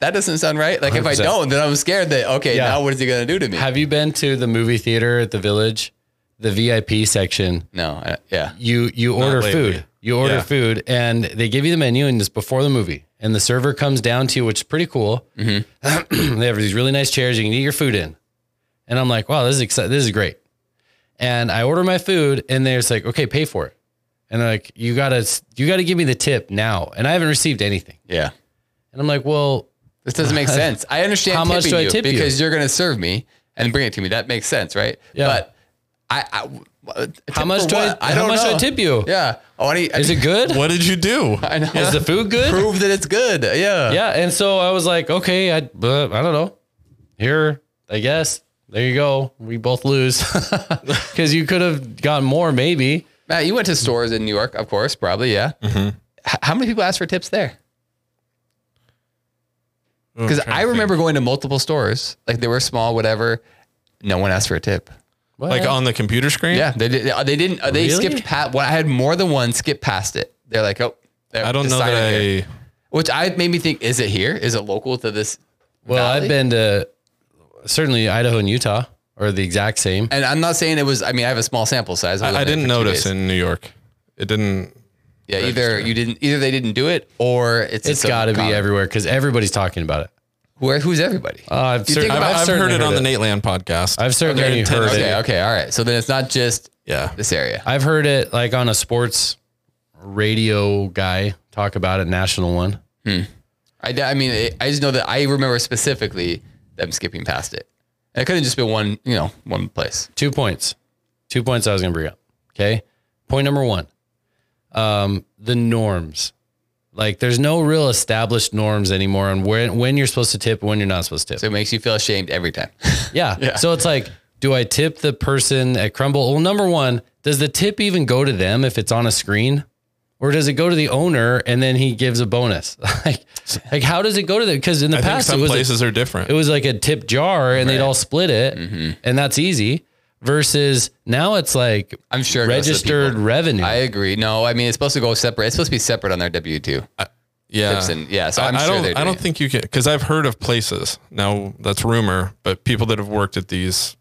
[SPEAKER 3] that doesn't sound right. Like, if I
[SPEAKER 1] 100%.
[SPEAKER 3] don't, then I'm scared that, okay,
[SPEAKER 1] Yeah.
[SPEAKER 3] now what is he going to do to me?
[SPEAKER 1] Have you been to the movie theater at the Village, the VIP section?
[SPEAKER 3] no. I, yeah.
[SPEAKER 1] You you order
[SPEAKER 2] lately.
[SPEAKER 1] food. You order
[SPEAKER 2] Yeah.
[SPEAKER 1] food, and they give you the menu, and it's before the movie. And the server comes down to you, which is pretty cool.
[SPEAKER 3] Mm-hmm.
[SPEAKER 1] they have these really nice chairs you can eat your food in, and I'm like, wow, this is exci- this is great. And I order my food, and they're just like, okay, pay for it. And they're like, you gotta you gotta give me the tip now, and I haven't received anything.
[SPEAKER 3] Yeah.
[SPEAKER 1] And I'm like, well,
[SPEAKER 3] This doesn't make sense. I understand
[SPEAKER 1] How
[SPEAKER 3] tipping
[SPEAKER 1] much do I
[SPEAKER 3] you
[SPEAKER 1] tip you?
[SPEAKER 3] because you? are going to serve me and bring it to me. That makes sense, right?
[SPEAKER 1] Yeah.
[SPEAKER 3] But I, I a tip
[SPEAKER 1] how much
[SPEAKER 3] for
[SPEAKER 1] do I,
[SPEAKER 3] what?
[SPEAKER 1] how
[SPEAKER 3] don't
[SPEAKER 1] much do I
[SPEAKER 3] know.
[SPEAKER 1] tip you?
[SPEAKER 3] Yeah. Oh, I need,
[SPEAKER 1] Is it good?
[SPEAKER 2] what did you do?
[SPEAKER 3] I know.
[SPEAKER 1] Is the food good?
[SPEAKER 3] Prove that it's good. Yeah.
[SPEAKER 1] yeah. And so I was like, okay, I, but I don't know. Here, I guess. There you go. We both lose because you could have gotten more, maybe.
[SPEAKER 3] Matt, you went to stores in New York, of course, probably. Yeah.
[SPEAKER 1] Mm-hmm.
[SPEAKER 3] H- how many people asked for tips there? Because
[SPEAKER 2] I'm trying
[SPEAKER 3] I
[SPEAKER 2] to think.
[SPEAKER 3] remember going to multiple stores, like they were small, whatever. No one asked for a tip.
[SPEAKER 1] Well,
[SPEAKER 2] like on the computer screen.
[SPEAKER 3] Yeah, they did. They didn't. They
[SPEAKER 1] Really?
[SPEAKER 3] skipped past. Well, I had more than one skip past it. They're like, oh,
[SPEAKER 2] I don't know
[SPEAKER 3] sign
[SPEAKER 2] that
[SPEAKER 3] in here.
[SPEAKER 2] I.
[SPEAKER 3] Which I made me think: Is it here? Is it local to this?
[SPEAKER 1] well, I've
[SPEAKER 3] Valley?
[SPEAKER 1] been to certainly Idaho and Utah are the exact same.
[SPEAKER 3] And I'm not saying it was. I mean, I have a small sample size. was
[SPEAKER 2] I,
[SPEAKER 3] only there
[SPEAKER 2] didn't
[SPEAKER 3] for two
[SPEAKER 2] notice
[SPEAKER 3] days.
[SPEAKER 2] in New York. It didn't.
[SPEAKER 3] Yeah, either you didn't. Either they didn't do it, or it's
[SPEAKER 1] It's got to be
[SPEAKER 3] every.
[SPEAKER 1] everywhere because everybody's talking about it.
[SPEAKER 3] Who, who's everybody?
[SPEAKER 1] Uh, I've,
[SPEAKER 3] You
[SPEAKER 1] cer-
[SPEAKER 3] think
[SPEAKER 1] I've,
[SPEAKER 2] I've,
[SPEAKER 3] about-
[SPEAKER 1] I've
[SPEAKER 2] I've
[SPEAKER 1] certainly
[SPEAKER 2] heard it on the
[SPEAKER 1] it.
[SPEAKER 2] Nate Land podcast.
[SPEAKER 1] I've certainly
[SPEAKER 2] in
[SPEAKER 1] heard
[SPEAKER 2] Tennessee.
[SPEAKER 1] it.
[SPEAKER 3] okay, okay, all right. So then it's not just
[SPEAKER 2] yeah.
[SPEAKER 3] this area.
[SPEAKER 1] I've heard it like on a sports radio guy talk about it, national one.
[SPEAKER 3] I, I mean, it, I just know that I remember specifically them skipping past it. And it could have just been one, you know, one place.
[SPEAKER 1] two points. Two points I was going to bring up. Okay. Point number one um, the norms. Like there's no real established norms anymore on when, when you're supposed to tip and when you're not supposed to tip.
[SPEAKER 3] So it makes you feel ashamed every time.
[SPEAKER 1] yeah. So it's like do I tip the person at Crumble? Well, number one, does the tip even go to them if it's on a screen? Or does it go to the owner and then he gives a bonus? like, like how does it go to the? Because in the
[SPEAKER 2] I think
[SPEAKER 1] past, it
[SPEAKER 2] some
[SPEAKER 1] was a-
[SPEAKER 2] places are different.
[SPEAKER 1] it was like a tip jar and they'd all split it
[SPEAKER 3] Mm-hmm.
[SPEAKER 1] and that's easy versus now it's like
[SPEAKER 3] I'm sure it goes to the
[SPEAKER 1] registered
[SPEAKER 3] people.
[SPEAKER 1] revenue
[SPEAKER 3] I agree. No, I mean it's supposed to go separate. It's supposed to be separate on their W two.
[SPEAKER 2] yeah.
[SPEAKER 3] Gibson. Yeah, so I'm
[SPEAKER 2] Uh, I, I
[SPEAKER 3] sure
[SPEAKER 2] don't.
[SPEAKER 3] they're
[SPEAKER 2] I don't
[SPEAKER 3] doing it.
[SPEAKER 2] think you can because I've heard of places. Now that's rumor, but people that have worked at these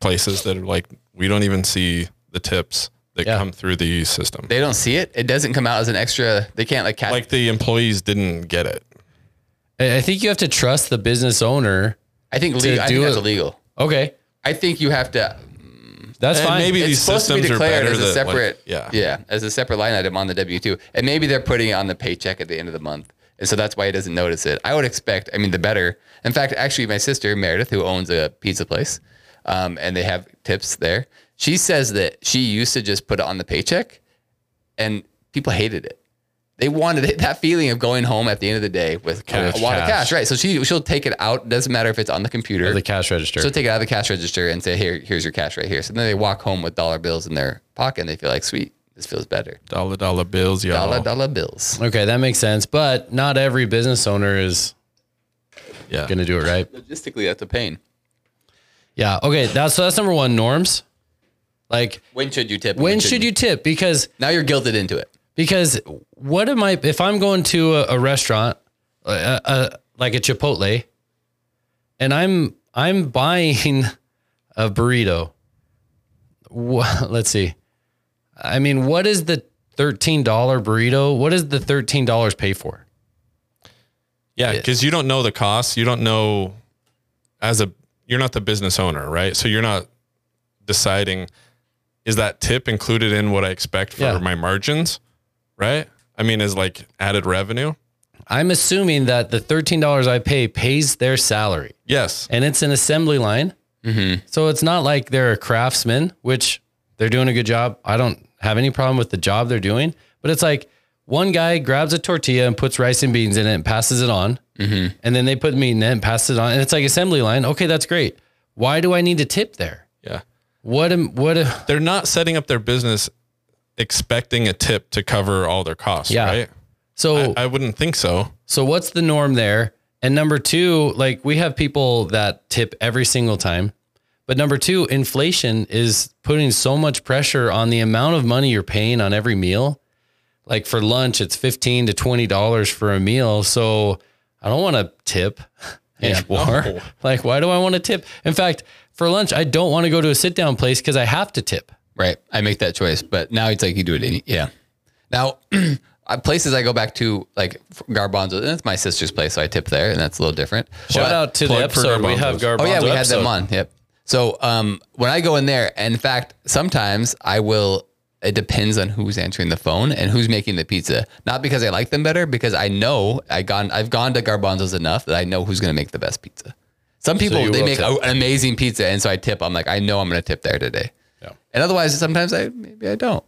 [SPEAKER 2] places that are like we don't even see the tips that
[SPEAKER 1] Yeah.
[SPEAKER 2] come through the system.
[SPEAKER 3] They don't see it. It doesn't come out as an extra. They can't like catch.
[SPEAKER 2] like the employees didn't get it.
[SPEAKER 1] I I think you have to trust the business owner
[SPEAKER 3] I think le-
[SPEAKER 1] to
[SPEAKER 3] I
[SPEAKER 1] do
[SPEAKER 3] think that's
[SPEAKER 1] it-
[SPEAKER 3] illegal.
[SPEAKER 1] okay
[SPEAKER 3] I think you have to.
[SPEAKER 1] that's
[SPEAKER 2] And
[SPEAKER 1] fine
[SPEAKER 2] maybe
[SPEAKER 3] It's
[SPEAKER 2] these
[SPEAKER 3] supposed to be
[SPEAKER 2] systems are
[SPEAKER 3] declared
[SPEAKER 2] better
[SPEAKER 3] as a
[SPEAKER 2] that, like,
[SPEAKER 3] separate.
[SPEAKER 2] yeah.
[SPEAKER 3] yeah, as a separate line item on the W two, and maybe they're putting it on the paycheck at the end of the month, and so that's why he doesn't notice it. I would expect. I mean, the better. In fact, actually, my sister Meredith, who owns a pizza place, um, and they have tips there. She says that she used to just put it on the paycheck, and people hated it. They wanted it, that feeling of going home at the end of the day with a lot of
[SPEAKER 1] Cash.
[SPEAKER 3] cash, right? So she she'll take it out. Doesn't matter if it's on the computer.
[SPEAKER 1] the cash register
[SPEAKER 3] So take it out of the cash register and say, "Here, here's your cash right here." So then they walk home with dollar bills in their pocket, and they feel like, "Sweet, this feels better."
[SPEAKER 2] Dollar dollar bills, y'all.
[SPEAKER 3] Dollar dollar bills.
[SPEAKER 1] okay that makes sense but not every business owner is
[SPEAKER 2] Yeah.
[SPEAKER 1] gonna do it right
[SPEAKER 3] Logistically, that's a pain.
[SPEAKER 1] yeah okay that's so that's number one norms like
[SPEAKER 3] When should you tip?
[SPEAKER 1] when should
[SPEAKER 3] shouldn't?
[SPEAKER 1] you tip because
[SPEAKER 3] Now you're guilted into it.
[SPEAKER 1] because what am I if I'm going to a, a restaurant, uh, uh, like a Chipotle, and I'm I'm buying a burrito. Wha- let's see. I mean, what is the thirteen dollar burrito? What does the thirteen dollars pay for?
[SPEAKER 2] Yeah, because you don't know the costs. You don't know as a you're not the business owner, right? So you're not deciding is that tip included in what I expect for
[SPEAKER 1] Yeah.
[SPEAKER 2] my margins, right? I mean, as like added revenue.
[SPEAKER 1] I'm assuming that the thirteen dollars I pay pays their salary,
[SPEAKER 2] Yes,
[SPEAKER 1] and it's an assembly line. So it's not like they're a craftsman, which they're doing a good job. I don't have any problem with the job they're doing, but it's like one guy grabs a tortilla and puts rice and beans in it and passes it on. And then they put meat in it and pass it on. And it's like assembly line. Okay, that's great. Why do I need to tip there?
[SPEAKER 2] yeah.
[SPEAKER 1] What am, what, am,
[SPEAKER 2] They're not setting up their business expecting a tip to cover all their costs,
[SPEAKER 1] Yeah.
[SPEAKER 2] right?
[SPEAKER 1] so,
[SPEAKER 2] I wouldn't think so.
[SPEAKER 1] so what's the norm there? And number two, like we have people that tip every single time. But number two, inflation is putting so much pressure on the amount of money you're paying on every meal. Like for lunch, it's fifteen to twenty dollars for a meal. So I don't want to tip anymore.
[SPEAKER 2] no.
[SPEAKER 1] Like, why do I want to tip? In fact, for lunch, I don't want to go to a sit down place because I have to tip.
[SPEAKER 3] Right. I make that choice, but now it's like you do it. Any, yeah. Now, uh, places I go back to, like Garbanzo, and that's my sister's place, so I tip there, and that's a little different.
[SPEAKER 1] Shout
[SPEAKER 3] But-
[SPEAKER 1] out to the
[SPEAKER 2] plug for
[SPEAKER 1] episode we have Garbanzo.
[SPEAKER 2] Garbanzo's.
[SPEAKER 3] Oh yeah, we had
[SPEAKER 1] episode.
[SPEAKER 3] them on. Yep. So um, when I go in there, and in fact, sometimes I will. It depends on who's answering the phone and who's making the pizza. Not because I like them better, because I know I gone. I've gone to Garbanzo's enough that I know who's going to make the best pizza. Some people
[SPEAKER 1] you
[SPEAKER 3] they
[SPEAKER 1] will
[SPEAKER 3] make
[SPEAKER 1] tip.
[SPEAKER 3] a- an amazing pizza, and so I tip. I'm like, I know I'm going to tip there today.
[SPEAKER 1] Yeah.
[SPEAKER 3] And otherwise, sometimes I maybe I don't.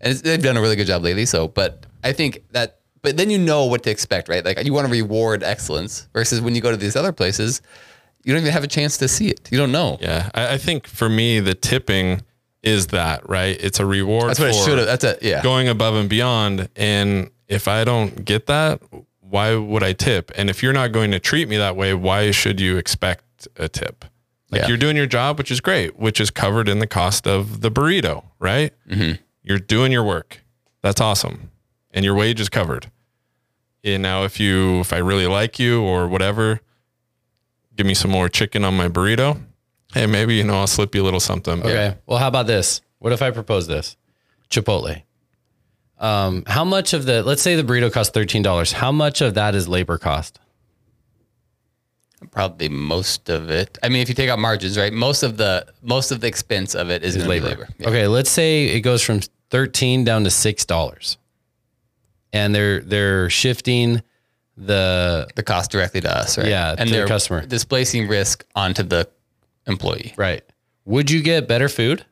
[SPEAKER 3] And it's, they've done a really good job lately. So, but I think that, but then you know what to expect, right? Like you want to reward excellence versus when you go to these other places, you don't even have a chance to see it. You don't know.
[SPEAKER 2] Yeah, I, I think for me, the tipping is that right. It's a reward.
[SPEAKER 3] That's what it
[SPEAKER 2] for-
[SPEAKER 3] should have. That's a yeah.
[SPEAKER 2] going above and beyond. And if I don't get that, why would I tip? And if you're not going to treat me that way, why should you expect a tip? Like
[SPEAKER 3] Yeah.
[SPEAKER 2] you're doing your job, which is great, which is covered in the cost of the burrito, right?
[SPEAKER 3] Mm-hmm.
[SPEAKER 2] You're doing your work. That's awesome. And your wage is covered. And now if you if I really like you or whatever, give me some more chicken on my burrito. Hey, maybe you know I'll slip you a little something. but-
[SPEAKER 1] Okay. Well, how about this? What if I propose this? Chipotle. Um, how much of the let's say the burrito costs thirteen dollars? How much of that is labor cost?
[SPEAKER 3] Probably most of it. I mean, if you take out margins, right? Most of the most of the expense of it is, gonna be labor. Yeah.
[SPEAKER 1] Okay, let's say it goes from thirteen down to six dollars, and they're they're shifting the
[SPEAKER 3] The cost directly to us, right?
[SPEAKER 1] Yeah,
[SPEAKER 3] and
[SPEAKER 1] to the
[SPEAKER 3] they're
[SPEAKER 1] customer.
[SPEAKER 3] displacing risk onto the employee.
[SPEAKER 1] right. Would you get better food?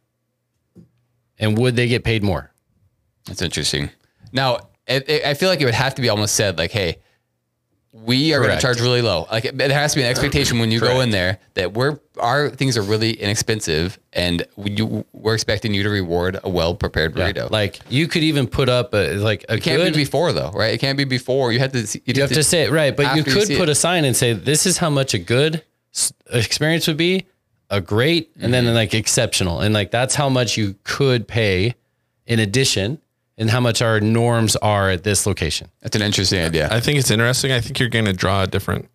[SPEAKER 1] And would they get paid more?
[SPEAKER 3] That's interesting. Now, it, it, I feel like it would have to be almost said like, "Hey, we are going to
[SPEAKER 1] Correct.
[SPEAKER 3] charge really low. Like it- there has to be an expectation when you go in there that we're our things are really inexpensive, and we, you, we're expecting you to reward a well prepared burrito.
[SPEAKER 1] Like
[SPEAKER 3] like,
[SPEAKER 1] you could even put up a like a
[SPEAKER 3] it can't
[SPEAKER 1] good.
[SPEAKER 3] be before though, right? It can't be before. You have to. see-
[SPEAKER 1] you have to say it right, but you
[SPEAKER 3] after you
[SPEAKER 1] could
[SPEAKER 3] see
[SPEAKER 1] put
[SPEAKER 3] it.
[SPEAKER 1] a sign and say this is how much a good s- experience would be, a great, and then like exceptional, and like that's how much you could pay in addition, and how much our norms are at this location.
[SPEAKER 3] That's an interesting idea.
[SPEAKER 2] I think it's interesting. I think you're going to draw a different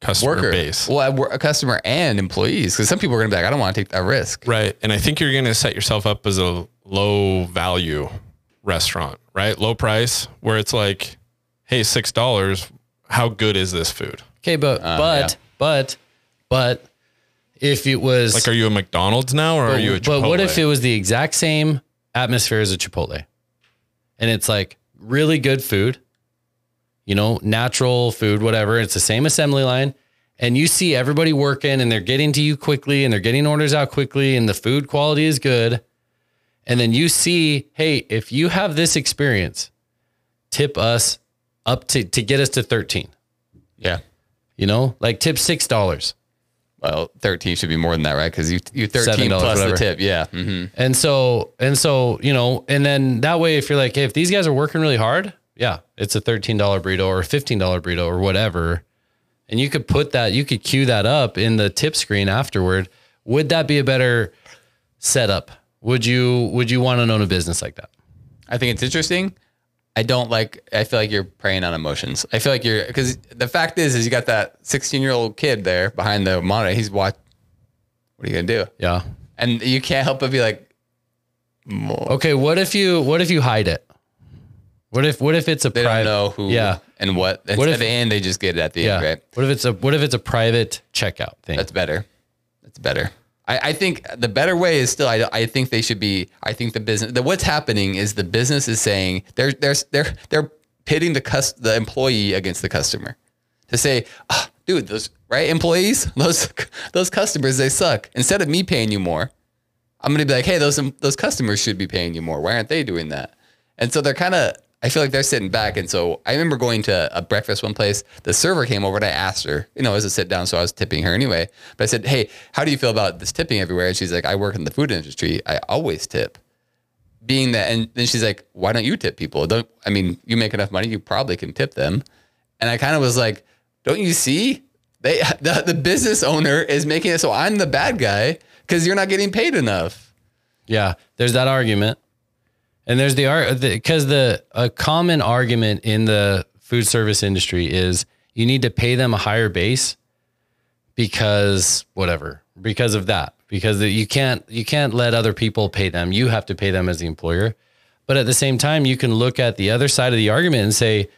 [SPEAKER 2] customer
[SPEAKER 3] worker
[SPEAKER 2] base.
[SPEAKER 3] Well, I work- a customer and employees, because some people are going to be like, I don't want to take that risk.
[SPEAKER 2] Right. And I think you're going to set yourself up as a low value restaurant, right? Low price, where it's like, hey, $6, how good is this food?
[SPEAKER 1] Okay, but but but but if it was
[SPEAKER 2] Like, are you a McDonald's now or are you a Chipotle?
[SPEAKER 1] but what if it was the exact same atmosphere as a Chipotle? And it's like really good food, you know, natural food, whatever. It's the same assembly line. And you see everybody working and they're getting to you quickly and they're getting orders out quickly and the food quality is good. And then you see, hey, if you have this experience, tip us up to, to get us to 13,
[SPEAKER 3] Yeah.
[SPEAKER 1] you know, like tip $6.
[SPEAKER 3] Well, 13 should be more than that, right? Because you, you 13
[SPEAKER 1] $7,
[SPEAKER 3] plus
[SPEAKER 1] whatever.
[SPEAKER 3] the tip. Yeah. hmm
[SPEAKER 1] And so, and so, you know, and then that way, if you're like, hey, if these guys are working really hard, yeah, it's a $13 burrito or a $15 burrito or whatever. And you could put that, you could cue that up in the tip screen afterward. Would that be a better setup? Would you, would you want to own a business like that?
[SPEAKER 3] I think it's interesting. I don't like, I feel like you're preying on emotions. I feel like you're, because the fact is, is you got that 16 year old kid there behind the monitor. He's watch. What are you going to do?
[SPEAKER 1] Yeah.
[SPEAKER 3] And you can't help but be like, "Mo-
[SPEAKER 1] Okay. What if you, what if you hide it? What if, what if it's a
[SPEAKER 3] they
[SPEAKER 1] private,
[SPEAKER 3] don't know who
[SPEAKER 1] Yeah.
[SPEAKER 3] and what. And
[SPEAKER 1] What
[SPEAKER 3] at
[SPEAKER 1] if-
[SPEAKER 3] the end, they just get it at the
[SPEAKER 1] yeah.
[SPEAKER 3] end, right?
[SPEAKER 1] What if it's a, what if it's a private checkout thing?
[SPEAKER 3] That's better. That's better. I, I think the better way is still. I, I think they should be. I think the business. The, what's happening is the business is saying they're they're they're they're pitting the cus, the employee against the customer to say, "Ah, dude, those right employees, those those customers, they suck. Instead of me paying you more, I'm gonna be like, hey, those those customers should be paying you more. Why aren't they doing that? And so they're kind of. I feel like they're sitting back. And so I remember going to a breakfast one place. The server came over and I asked her, you know, as a sit down, so I was tipping her anyway. But I said, hey, how do you feel about this tipping everywhere? And she's like, I work in the food industry. I always tip. Being that, and then she's like, why don't you tip people? Don't I mean, you make enough money, you probably can tip them. And I kind of was like, don't you see? They the, the business owner is making it so I'm the bad guy because you're not getting paid enough.
[SPEAKER 1] Yeah, there's that argument, and there's the art because the a common argument in the food service industry is you need to pay them a higher base because whatever because of that because you can't you can't let other people pay them you have to pay them as the employer but at the same time you can look at the other side of the argument and say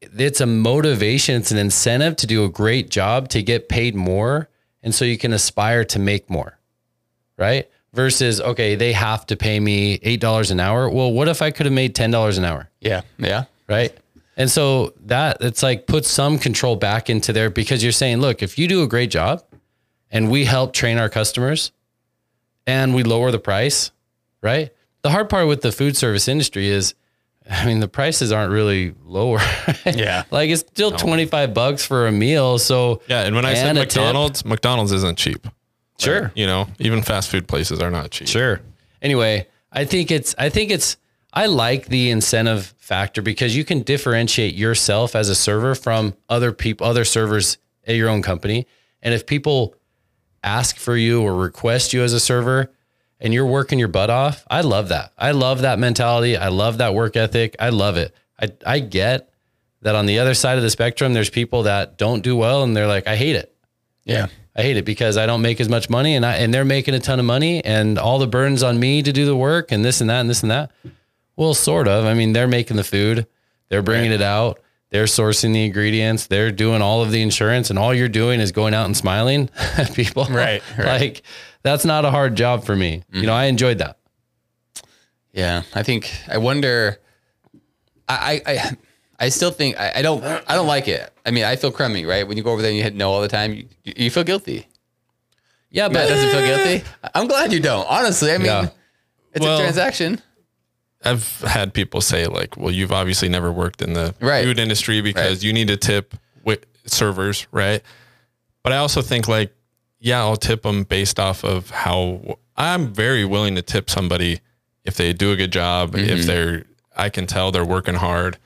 [SPEAKER 1] it's a motivation it's an incentive to do a great job to get paid more and so you can aspire to make more right? Versus, okay, they have to pay me $8 an hour. Well, what if I could have made $10 an hour,
[SPEAKER 3] Yeah. Yeah.
[SPEAKER 1] right? And so that it's like put some control back into there because you're saying, look, if you do a great job and we help train our customers and we lower the price, right? The hard part with the food service industry is, I mean, the prices aren't really lower.
[SPEAKER 3] Yeah.
[SPEAKER 1] like it's still 25 bucks for a meal. So
[SPEAKER 2] yeah. And when I said
[SPEAKER 1] And a tip.
[SPEAKER 2] McDonald's, McDonald's isn't cheap.
[SPEAKER 1] sure.
[SPEAKER 2] You know, even fast food places are not cheap.
[SPEAKER 1] Sure. Anyway, I think it's I think it's I like the incentive factor because you can differentiate yourself as a server from other people other servers at your own company. And if people ask for you or request you as a server and you're working your butt off, I love that. I love that mentality. I love that work ethic. I love it. I I get that on the other side of the spectrum there's people that don't do well and they're like I hate it.
[SPEAKER 3] Yeah.
[SPEAKER 1] I hate it because I don't make as much money and I and they're making a ton of money and all the burdens on me to do the work and this and that and this and that. Well, sort of. I mean, they're making the food, they're bringing it out, they're sourcing the ingredients, they're doing all of the insurance and all you're doing is going out and smiling at people.
[SPEAKER 3] Right, right.
[SPEAKER 1] Like that's not a hard job for me. You know, I enjoyed that.
[SPEAKER 3] Yeah. I think I wonder I I I, I still think I, I don't I don't like it. I mean, I feel crummy, right? When you go over there and you hit no all the time, you, you feel guilty.
[SPEAKER 1] Yeah, but
[SPEAKER 3] Matt doesn't feel guilty. I'm glad you don't. Honestly, I mean,
[SPEAKER 1] Yeah.
[SPEAKER 3] it's
[SPEAKER 2] Well-
[SPEAKER 3] a transaction.
[SPEAKER 2] I've had people say like, "Well, you've obviously never worked in the
[SPEAKER 3] Right.
[SPEAKER 2] food industry because you need to tip wi- servers, right? But I also think like, yeah, I'll tip them based off of how I'm very willing to tip somebody if they do a good job,
[SPEAKER 3] Mm-hmm.
[SPEAKER 2] if they're, I can tell they're working hard.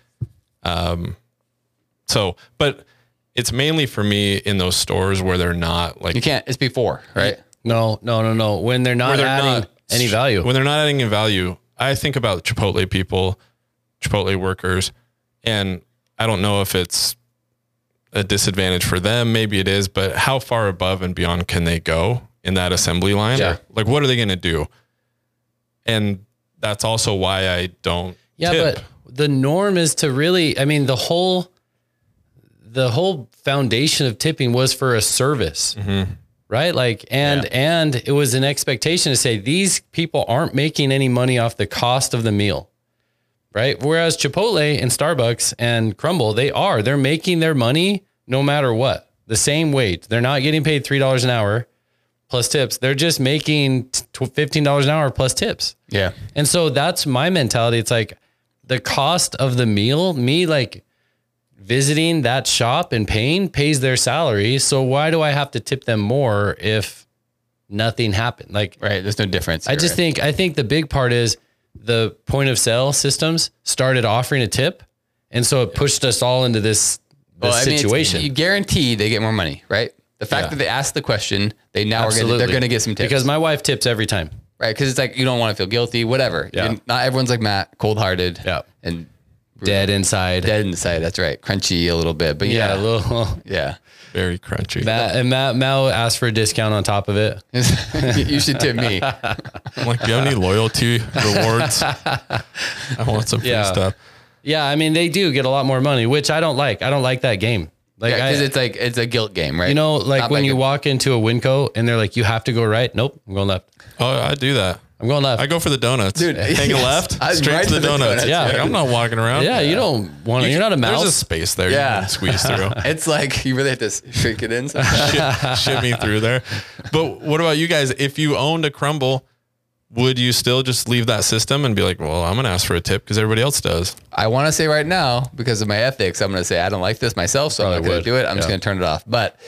[SPEAKER 2] Um, so, but it's mainly for me in those stores where they're not like
[SPEAKER 3] You can't. It's before, right?
[SPEAKER 1] No, no, no, no. When they're not
[SPEAKER 2] Where they're
[SPEAKER 1] adding
[SPEAKER 2] not-
[SPEAKER 1] any value.
[SPEAKER 2] when they're not adding in value, I think about Chipotle people, Chipotle workers, and I don't know if it's a disadvantage for them. Maybe it is, but how far above and beyond can they go in that assembly line?
[SPEAKER 1] Yeah.
[SPEAKER 2] Like, what are they going to do? And that's also why I don't.
[SPEAKER 1] Yeah,
[SPEAKER 2] tip.
[SPEAKER 1] but the norm is to really I mean the whole the whole foundation of tipping was for a service. Right? Like and and it was an expectation to say these people aren't making any money off the cost of the meal. Right? Whereas Chipotle and Starbucks and Crumble, they are. They're making their money no matter what. The same weight. They're not getting paid $3 an hour plus tips. They're just making t- $15 an hour plus tips.
[SPEAKER 3] Yeah.
[SPEAKER 1] And so that's my mentality. It's like the cost of the meal, me like visiting that shop and paying pays their salary. So why do I have to tip them more if nothing happened? Like
[SPEAKER 3] Right. There's no difference.
[SPEAKER 1] I just think I think the big part is the point of sale systems started offering a tip. And so it pushed us all into this this situation.
[SPEAKER 3] you guarantee they get more money, right? The fact that they asked the question, they now are gonna,
[SPEAKER 1] Absolutely.
[SPEAKER 3] they're going to get some tips,
[SPEAKER 1] because my wife tips every time.
[SPEAKER 3] right? Because it's like you don't want to feel guilty, whatever.
[SPEAKER 1] Yeah.
[SPEAKER 3] You're- Not everyone's like Matt, cold hearted,
[SPEAKER 1] Yeah.
[SPEAKER 3] and
[SPEAKER 1] Dead inside.
[SPEAKER 3] dead inside. That's right, crunchy a little bit, but
[SPEAKER 1] Yeah, a
[SPEAKER 3] yeah,
[SPEAKER 1] little
[SPEAKER 3] yeah.
[SPEAKER 2] very crunchy.
[SPEAKER 1] Matt and Matt Mal asked for a discount on top of it.
[SPEAKER 3] you should tip me.
[SPEAKER 2] I'm like, do you have any loyalty rewards? I want some free
[SPEAKER 1] Yeah.
[SPEAKER 2] stuff.
[SPEAKER 1] Yeah, I mean they do get a lot more money, which I don't like. I don't like that game. Like I,
[SPEAKER 3] because it's like it's a guilt game, right?
[SPEAKER 1] you know, like
[SPEAKER 3] Not
[SPEAKER 1] when
[SPEAKER 3] like
[SPEAKER 1] you
[SPEAKER 3] a-
[SPEAKER 1] walk into a Winco and they're like, "You have to go right." Nope, I'm going left.
[SPEAKER 2] Oh, I do that.
[SPEAKER 1] I'm going left.
[SPEAKER 2] I go for the donuts.
[SPEAKER 3] Dude,
[SPEAKER 2] Hang a
[SPEAKER 3] yes.
[SPEAKER 2] left,
[SPEAKER 3] I-
[SPEAKER 2] straight
[SPEAKER 3] right
[SPEAKER 2] to the, donuts.
[SPEAKER 1] Yeah.
[SPEAKER 2] Like, I'm not walking around.
[SPEAKER 1] yeah, you don't want. to You're not a
[SPEAKER 2] There's a
[SPEAKER 1] mouse.
[SPEAKER 2] space there.
[SPEAKER 3] Yeah.
[SPEAKER 2] You can squeeze through.
[SPEAKER 3] it's like you really have to shrink it in. sometimes.
[SPEAKER 2] Ship- ship me through there. But what about you guys? If you owned a crumble, would you still just leave that system and be like, well, I'm going to ask for a tip because everybody else does?
[SPEAKER 3] I want to say right now, because of my ethics, I'm going to say I don't like this myself, so I'm not
[SPEAKER 1] Probably
[SPEAKER 3] going
[SPEAKER 1] would.
[SPEAKER 3] to do it. I'm just
[SPEAKER 1] Yeah.
[SPEAKER 3] going to turn it off. But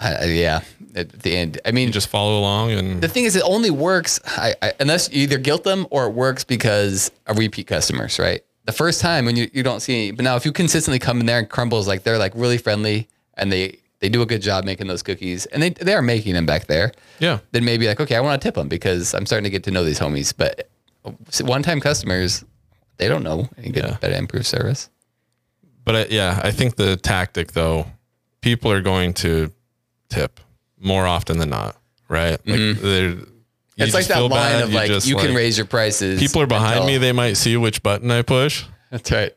[SPEAKER 3] uh, yeah, at the end, I mean,
[SPEAKER 2] You just follow along and
[SPEAKER 3] the thing is, it only works I, I, unless you either guilt them or it works because of repeat customers, right? The first time when you, you don't see any, but now if you consistently come in there and crumbles, like they're like really friendly and they, they do a good job making those cookies and they, they are making them back there.
[SPEAKER 2] yeah.
[SPEAKER 3] Then maybe like, okay, I want to tip them because I'm starting to get to know these homies. But one time customers, they don't know any good,
[SPEAKER 2] Yeah.
[SPEAKER 3] better improved service.
[SPEAKER 2] But I, yeah, I think the tactic though, people are going to tip more often than not, right? Like they're, you
[SPEAKER 3] Mm-hmm. It's like
[SPEAKER 2] just
[SPEAKER 3] that
[SPEAKER 2] feel
[SPEAKER 3] line
[SPEAKER 2] bad,
[SPEAKER 3] of like,
[SPEAKER 2] just,
[SPEAKER 3] you can raise your prices.
[SPEAKER 2] People are behind
[SPEAKER 3] until-
[SPEAKER 2] me. They might see which button I push.
[SPEAKER 3] That's right.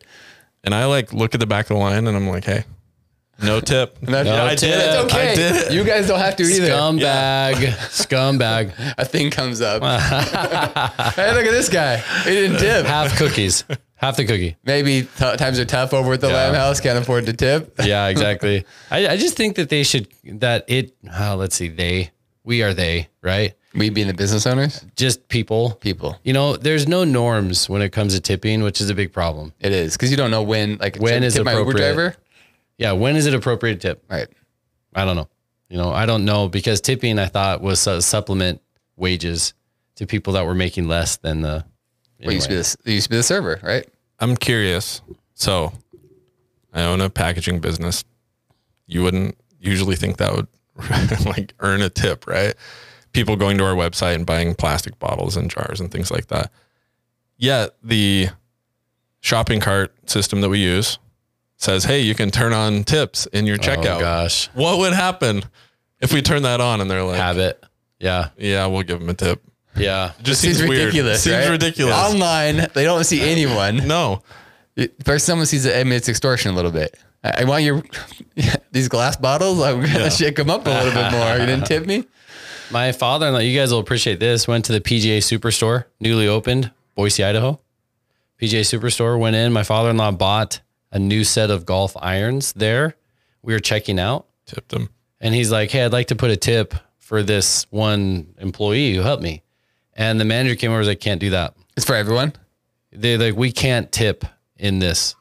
[SPEAKER 2] And I like look at the back of the line and I'm like, hey, no tip.
[SPEAKER 3] That's,
[SPEAKER 1] No
[SPEAKER 2] I did
[SPEAKER 1] tip.
[SPEAKER 2] it.
[SPEAKER 3] that's
[SPEAKER 2] I
[SPEAKER 3] okay.
[SPEAKER 2] did it.
[SPEAKER 3] You guys don't have to either.
[SPEAKER 1] Scumbag, scumbag,
[SPEAKER 3] A thing comes up. hey, look at this guy. He didn't tip.
[SPEAKER 1] half cookies, half the cookie.
[SPEAKER 3] Maybe t- times are tough over at the Lamb House. Can't afford to tip.
[SPEAKER 1] Yeah, exactly. I, I just think that they should that it. Oh, let's see, they we are they right?
[SPEAKER 3] We being the business owners,
[SPEAKER 1] Just people.
[SPEAKER 3] people.
[SPEAKER 1] You know, there's no norms when it comes to tipping, which is a big problem.
[SPEAKER 3] It is because you don't know when. Like
[SPEAKER 1] When
[SPEAKER 3] should I
[SPEAKER 1] is
[SPEAKER 3] tip my Uber
[SPEAKER 1] appropriate?
[SPEAKER 3] driver?
[SPEAKER 1] Yeah, when is it appropriate to tip?
[SPEAKER 3] Right.
[SPEAKER 1] I don't know. You know, I don't know because tipping I thought was a supplement wages to people that were making less than the.
[SPEAKER 3] Well, you used to be the you used to be the server, right?
[SPEAKER 2] I'm curious. So, I own a packaging business. You wouldn't usually think that would like earn a tip, right? People going to our website and buying plastic bottles and jars and things like that. Yet the shopping cart system that we use says, "Hey, you can turn on tips in your
[SPEAKER 1] Oh
[SPEAKER 2] checkout."
[SPEAKER 1] gosh,
[SPEAKER 2] What would happen if we turn that on and they're like,
[SPEAKER 1] habit. Yeah,
[SPEAKER 2] "Yeah, we'll give them a tip."
[SPEAKER 1] yeah.
[SPEAKER 2] It just
[SPEAKER 3] Seems,
[SPEAKER 2] seems, weird.
[SPEAKER 3] ridiculous.
[SPEAKER 2] Seems
[SPEAKER 3] right?
[SPEAKER 2] ridiculous.
[SPEAKER 3] Online, they don't see anyone.
[SPEAKER 2] no.
[SPEAKER 3] It- First, someone sees it. I mean, it's extortion a little bit. I, I want your these glass bottles. I'm gonna shake them up a little bit more. You didn't tip me.
[SPEAKER 1] My father-in-law, you guys will appreciate this. Went to the PGA Superstore, newly opened, Boise, Idaho. PGA Superstore went in. My father-in-law bought a new set of golf irons there. We were checking out,
[SPEAKER 2] Tipped them.
[SPEAKER 1] and he's like, "Hey, I'd like to put a tip for this one employee who helped me." And the manager came over, and was like, "Can't do that."
[SPEAKER 3] It's for everyone.
[SPEAKER 1] they like we can't tip in this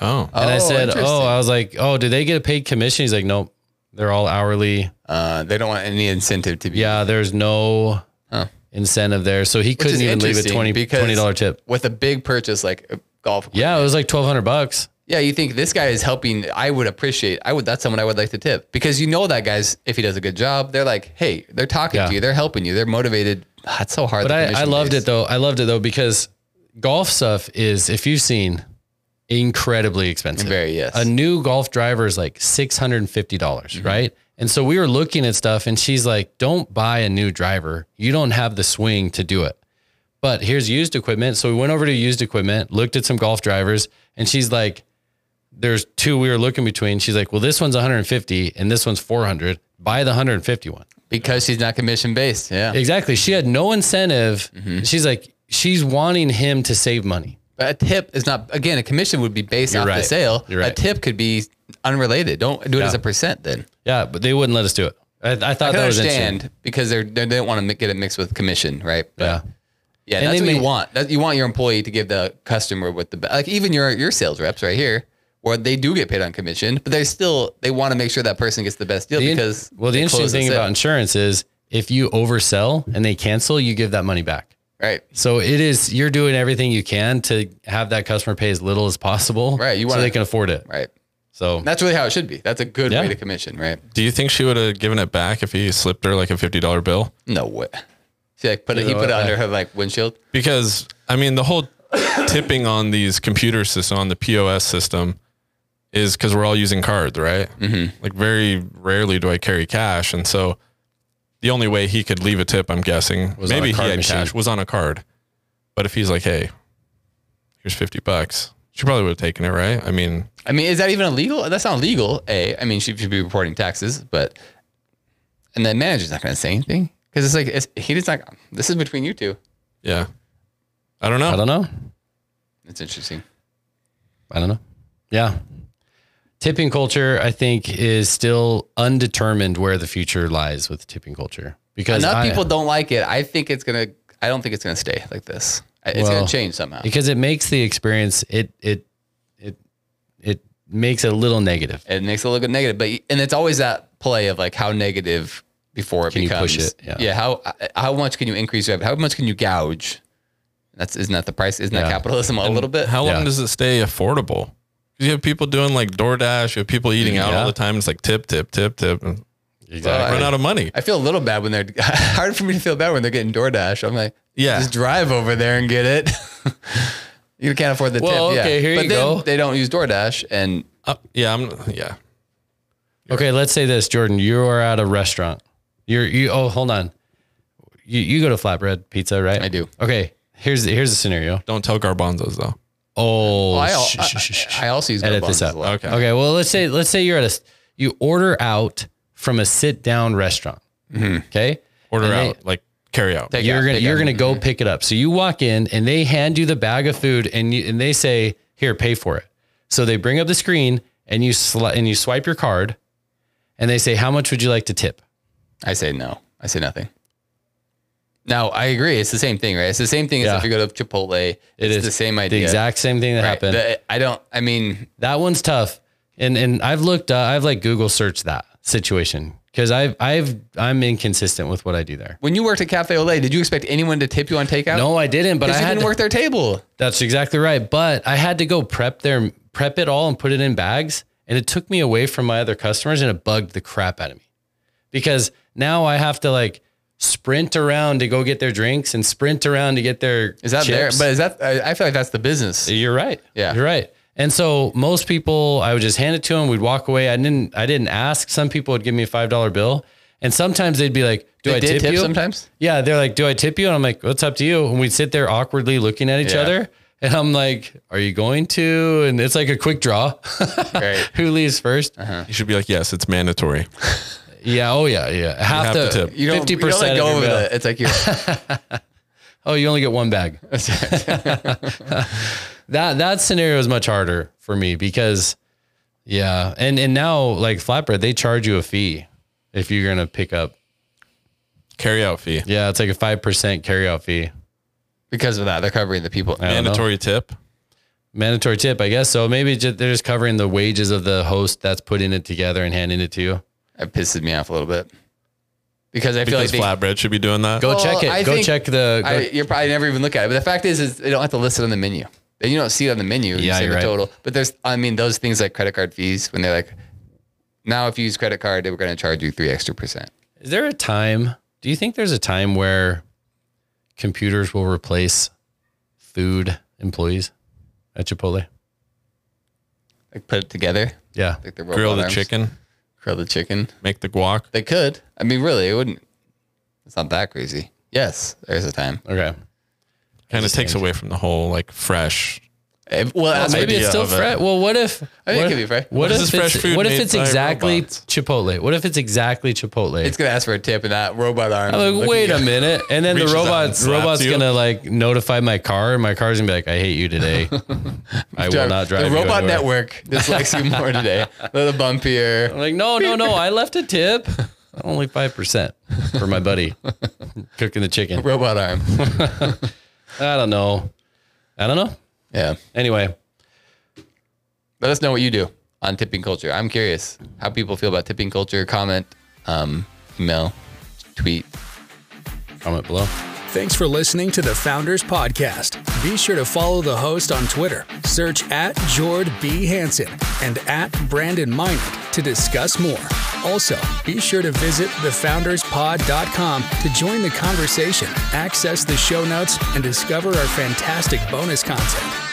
[SPEAKER 2] Oh,
[SPEAKER 1] And I
[SPEAKER 3] Oh,
[SPEAKER 1] said,
[SPEAKER 3] interesting.
[SPEAKER 1] "Oh, I was like, oh, do they get a paid commission?" He's like, "Nope, they're all hourly.
[SPEAKER 3] Uh, they don't want any incentive to be.
[SPEAKER 1] Yeah, there's no
[SPEAKER 3] Huh.
[SPEAKER 1] incentive there, so he couldn't
[SPEAKER 3] is
[SPEAKER 1] even leave a
[SPEAKER 3] interesting
[SPEAKER 1] 20
[SPEAKER 3] because-
[SPEAKER 1] dollar tip.
[SPEAKER 3] With a big purchase like a golf.
[SPEAKER 1] Yeah, it was like twelve hundred bucks.
[SPEAKER 3] Yeah. You think this guy is helping? I would appreciate. I would. That's someone I would like to tip because you know that guys. If he does a good job, they're like, hey, they're talking
[SPEAKER 1] Yeah.
[SPEAKER 3] to you. They're helping you. They're motivated. Ah, It's so hard.
[SPEAKER 1] But
[SPEAKER 3] the
[SPEAKER 1] I, I
[SPEAKER 3] commission
[SPEAKER 1] loved
[SPEAKER 3] base.
[SPEAKER 1] it though. I loved it though because golf stuff is, if you've seen, incredibly expensive.
[SPEAKER 3] Very yes.
[SPEAKER 1] a new golf driver is like six hundred and fifty dollars, right? And so we were looking at stuff, and she's like, "Don't buy a new driver. You don't have the swing to do it." But here's used equipment. So we went over to used equipment, looked at some golf drivers, and she's like, "There's two we were looking between." She's like, "Well, this one's 150, and this one's 400. Buy the 150 one."
[SPEAKER 3] because she's not commission based. Yeah.
[SPEAKER 1] Exactly. She had no incentive. She's like, she's wanting him to save money.
[SPEAKER 3] a tip is not again. A commission would be based off the
[SPEAKER 1] right.
[SPEAKER 3] sale.
[SPEAKER 1] You're right.
[SPEAKER 3] A tip could be unrelated. Don't do it as a percent then.
[SPEAKER 1] Yeah, but they wouldn't let us do it. I, I thought
[SPEAKER 3] I
[SPEAKER 1] that was interesting.
[SPEAKER 3] understand because they're they don't want to get it mixed with commission, right? But
[SPEAKER 1] Yeah.
[SPEAKER 3] yeah,
[SPEAKER 1] And they
[SPEAKER 3] that's what
[SPEAKER 1] may-
[SPEAKER 3] you want. That, you want your employee to give the customer what the be- like. Even your your sales reps right here, where they do get paid on commission, but they still they want to make sure that person gets the best deal
[SPEAKER 1] The in-
[SPEAKER 3] because
[SPEAKER 1] well, the
[SPEAKER 3] they
[SPEAKER 1] interesting
[SPEAKER 3] close
[SPEAKER 1] thing
[SPEAKER 3] sale,
[SPEAKER 1] about insurance is if you oversell and they cancel, you give that money back.
[SPEAKER 3] right,
[SPEAKER 1] So it is you're doing everything you can to have that customer pay as little as possible,
[SPEAKER 3] Right, you
[SPEAKER 1] so
[SPEAKER 3] wanna-
[SPEAKER 1] they can afford it.
[SPEAKER 3] right.
[SPEAKER 1] So
[SPEAKER 3] That's really how it should be. That's a good
[SPEAKER 1] Yeah.
[SPEAKER 3] way to commission, right?
[SPEAKER 2] do you think she would have given it back if he slipped her like a fifty dollar bill?
[SPEAKER 3] No way. See, like put it, he
[SPEAKER 1] You know
[SPEAKER 3] put it
[SPEAKER 1] what,
[SPEAKER 3] under her like windshield.
[SPEAKER 2] Because I mean, the whole tipping on these computer system on the POS system is because we're all using cards, right? Mm-hmm. Like very rarely do I carry cash, and so the only way he could leave a tip, I'm guessing,
[SPEAKER 1] Was on a
[SPEAKER 2] maybe he
[SPEAKER 1] card
[SPEAKER 2] had
[SPEAKER 1] machine.
[SPEAKER 2] cash was on a card. But if he's like, "Hey, here's fifty bucks," she probably would have taken it, right? I mean,
[SPEAKER 3] I mean, is that even illegal? That's not legal. A, I mean, she should be reporting taxes, but and the manager's not going to say anything because it's like it's, he does not. This is between you two.
[SPEAKER 2] yeah, I don't know.
[SPEAKER 1] I don't know.
[SPEAKER 3] It's interesting.
[SPEAKER 1] I don't know. Yeah. Tipping culture, I think, is still undetermined where the future lies with tipping culture. Because
[SPEAKER 3] Enough
[SPEAKER 1] I-
[SPEAKER 3] people don't like it. I think it's gonna. I don't think it's gonna stay like this. I- It's
[SPEAKER 1] Well,
[SPEAKER 3] gonna change somehow.
[SPEAKER 1] because it makes the experience it it it it makes it a little negative.
[SPEAKER 3] It makes it look negative, but and it's always that play of like how negative before it
[SPEAKER 1] Can you
[SPEAKER 3] becomes.
[SPEAKER 1] push it? Yeah.
[SPEAKER 3] How uh, how much can you increase revenue? How much can you gouge? That's isn't that the price? Isn't
[SPEAKER 1] Yeah.
[SPEAKER 3] that capitalism a little bit?
[SPEAKER 2] How
[SPEAKER 1] Yeah.
[SPEAKER 2] long does it stay affordable? 'Cause You have people doing like DoorDash, you have people eating out
[SPEAKER 1] Mm, Yeah. Uh,
[SPEAKER 2] all the time. It's like tip, tip, tip, tip. And
[SPEAKER 1] Exactly.
[SPEAKER 2] run out of money.
[SPEAKER 3] I feel a little bad when they're hard for me to feel bad when they're getting DoorDash. I'm like,
[SPEAKER 2] Yeah.
[SPEAKER 3] just drive over there and get it. you can't afford the
[SPEAKER 1] Well,
[SPEAKER 3] tip.
[SPEAKER 1] okay,
[SPEAKER 3] yeah.
[SPEAKER 1] here
[SPEAKER 3] but
[SPEAKER 1] you
[SPEAKER 3] then
[SPEAKER 1] go.
[SPEAKER 3] They don't use DoorDash, and
[SPEAKER 2] Uh, yeah, I'm. Yeah,
[SPEAKER 1] Okay, let's say this, Jordan. You are at a restaurant. You're you. Oh, hold on. You you go to Flatbread Pizza, right?
[SPEAKER 3] I do.
[SPEAKER 1] Okay, here's here's the scenario.
[SPEAKER 2] don't tell garbanzos though.
[SPEAKER 1] Oh,
[SPEAKER 3] I, al-
[SPEAKER 1] sh- sh- sh- sh- sh-
[SPEAKER 3] I, I also use
[SPEAKER 1] edit
[SPEAKER 3] Groupons
[SPEAKER 1] this
[SPEAKER 3] as
[SPEAKER 1] out.
[SPEAKER 3] well.
[SPEAKER 2] Okay.
[SPEAKER 1] Okay, well let's say let's say you're at a s- you order out from a sit down restaurant. Okay,
[SPEAKER 2] Order
[SPEAKER 1] And they-
[SPEAKER 2] out, like carry out.
[SPEAKER 3] Mm-hmm. Take
[SPEAKER 1] you're
[SPEAKER 3] out,
[SPEAKER 1] gonna
[SPEAKER 3] take
[SPEAKER 1] you're
[SPEAKER 3] out. Mm-hmm.
[SPEAKER 1] gonna go pick it up. So you walk in and they hand you the bag of food and you, and they say, "Here, pay for it." So they bring up the screen and you sli- and you swipe your card, and they say, "How much would you like to tip?"
[SPEAKER 3] I say no. I say nothing. Now I agree. It's the same thing, right? It's the same thing
[SPEAKER 1] Yeah.
[SPEAKER 3] as if you go to Chipotle. It's
[SPEAKER 1] is
[SPEAKER 3] the same idea.
[SPEAKER 1] The exact same thing that
[SPEAKER 3] Right.
[SPEAKER 1] happened.
[SPEAKER 3] The- I don't. I mean,
[SPEAKER 1] That one's tough. And and I've looked uh, I've like Google searched that situation because I've I've I'm inconsistent with what I do there.
[SPEAKER 3] when you worked at Cafe Olay, did you expect anyone to tip you on takeout?
[SPEAKER 1] No, I didn't, but I
[SPEAKER 3] because you
[SPEAKER 1] had
[SPEAKER 3] didn't
[SPEAKER 1] to,
[SPEAKER 3] work their table.
[SPEAKER 1] that's exactly right. But I had to go prep their prep it all and put it in bags. And it took me away from my other customers and it bugged the crap out of me. Because now I have to like sprint around to go get their drinks and sprint around to get their
[SPEAKER 3] Is that there?
[SPEAKER 1] chips.
[SPEAKER 3] But is that? I, I feel like that's the business.
[SPEAKER 1] You're right.
[SPEAKER 3] Yeah.
[SPEAKER 1] You're right. And so most people, I would just hand it to them. We'd walk away. I didn't, I didn't ask. Some people would give me a $5 bill and sometimes they'd be like, do
[SPEAKER 3] They
[SPEAKER 1] I
[SPEAKER 3] did
[SPEAKER 1] tip,
[SPEAKER 3] tip
[SPEAKER 1] you?
[SPEAKER 3] sometimes?
[SPEAKER 1] Yeah. They're like, do I tip you? And I'm like, what's up to you? And we'd sit there awkwardly looking at each
[SPEAKER 3] Yeah.
[SPEAKER 1] other. And I'm like, are you going to? And it's like a quick draw.
[SPEAKER 3] Right.
[SPEAKER 1] Who leaves 1st
[SPEAKER 3] Uh-huh.
[SPEAKER 2] You should be like, yes, it's mandatory.
[SPEAKER 1] Yeah. Oh yeah. Yeah. Half
[SPEAKER 2] have
[SPEAKER 1] the
[SPEAKER 2] to tip.
[SPEAKER 3] You don't.
[SPEAKER 1] 50%
[SPEAKER 3] You don't like
[SPEAKER 1] of
[SPEAKER 3] go
[SPEAKER 1] your
[SPEAKER 3] over
[SPEAKER 1] bill.
[SPEAKER 3] the. It's like you're.
[SPEAKER 1] Oh, you only get one bag. that that scenario is much harder for me because yeah. And and now like flatbread, they charge you a fee if you're gonna pick up.
[SPEAKER 2] Carry out fee,
[SPEAKER 1] Yeah, it's like a five percent carryout fee.
[SPEAKER 3] because of that, they're covering the people.
[SPEAKER 1] don't know.
[SPEAKER 2] mandatory tip.
[SPEAKER 1] mandatory tip, I guess. So maybe ju- they're just covering the wages of the host that's putting it together and handing it to you.
[SPEAKER 3] That pisses me off a little bit because I feel
[SPEAKER 2] Because
[SPEAKER 3] like they,
[SPEAKER 2] flatbread should be doing that.
[SPEAKER 1] Go
[SPEAKER 3] Well,
[SPEAKER 1] check it.
[SPEAKER 3] I
[SPEAKER 1] go
[SPEAKER 3] think
[SPEAKER 1] check the. Go,
[SPEAKER 3] I, you're probably never even look at it. But the fact is, is they don't have to list it on the menu. And you don't see it on the menu. You
[SPEAKER 1] Yeah,
[SPEAKER 3] see
[SPEAKER 1] you're
[SPEAKER 3] the
[SPEAKER 1] right.
[SPEAKER 3] total. But there's, I mean, those things like credit card fees when they're like, now if you use credit card, they were going to charge you three extra percent.
[SPEAKER 1] is there a time? Do you think there's a time where computers will replace food employees at Chipotle?
[SPEAKER 3] Like put it together,
[SPEAKER 1] Yeah.
[SPEAKER 3] like the
[SPEAKER 2] Grill
[SPEAKER 3] robot
[SPEAKER 2] the
[SPEAKER 3] arms.
[SPEAKER 2] chicken,
[SPEAKER 3] Grill the chicken.
[SPEAKER 2] make the guac.
[SPEAKER 3] They could. I mean, really, it wouldn't. It's not that crazy. Yes, there's a time.
[SPEAKER 1] Okay.
[SPEAKER 2] Kind of takes away from the whole like fresh.
[SPEAKER 3] If- well, that's
[SPEAKER 1] Maybe
[SPEAKER 2] idea
[SPEAKER 1] it's still
[SPEAKER 2] of it.
[SPEAKER 1] fresh. Well, what if?
[SPEAKER 3] I think
[SPEAKER 1] what
[SPEAKER 3] it
[SPEAKER 1] if-
[SPEAKER 3] could be fresh.
[SPEAKER 1] What,
[SPEAKER 2] What is
[SPEAKER 1] if
[SPEAKER 2] this
[SPEAKER 1] it's,
[SPEAKER 2] fresh food
[SPEAKER 1] what if
[SPEAKER 2] made
[SPEAKER 1] it's
[SPEAKER 2] by
[SPEAKER 1] exactly
[SPEAKER 2] robots?
[SPEAKER 1] Chipotle? What if it's exactly Chipotle?
[SPEAKER 3] It's going to ask for a tip and that robot arm.
[SPEAKER 1] I'm like, wait a minute. And then the
[SPEAKER 2] Reaches out and
[SPEAKER 1] robot
[SPEAKER 2] slaps
[SPEAKER 1] robot's
[SPEAKER 2] you.
[SPEAKER 1] gonna like notify my car, and my car's gonna be like, I hate you today. I will not drive.
[SPEAKER 3] The
[SPEAKER 1] you
[SPEAKER 3] robot
[SPEAKER 1] anywhere."
[SPEAKER 3] network dislikes you more today. They're the bumpier.
[SPEAKER 1] I'm like, no, no, no. I left a tip. Only five percent for my buddy cooking the chicken.
[SPEAKER 3] Robot arm.
[SPEAKER 1] I don't know. I don't know.
[SPEAKER 3] Yeah.
[SPEAKER 1] Anyway,
[SPEAKER 3] let us know what you do on tipping culture. I'm curious how people feel about tipping culture. Comment, um, email, tweet.
[SPEAKER 1] comment below.
[SPEAKER 4] Thanks for listening to the Founders Podcast. Be sure to follow the host on Twitter. Search at Jord B. Hansen and at Brandon Minard to discuss more. Also, be sure to visit thefounderspod.com to join the conversation, access the show notes, and discover our fantastic bonus content.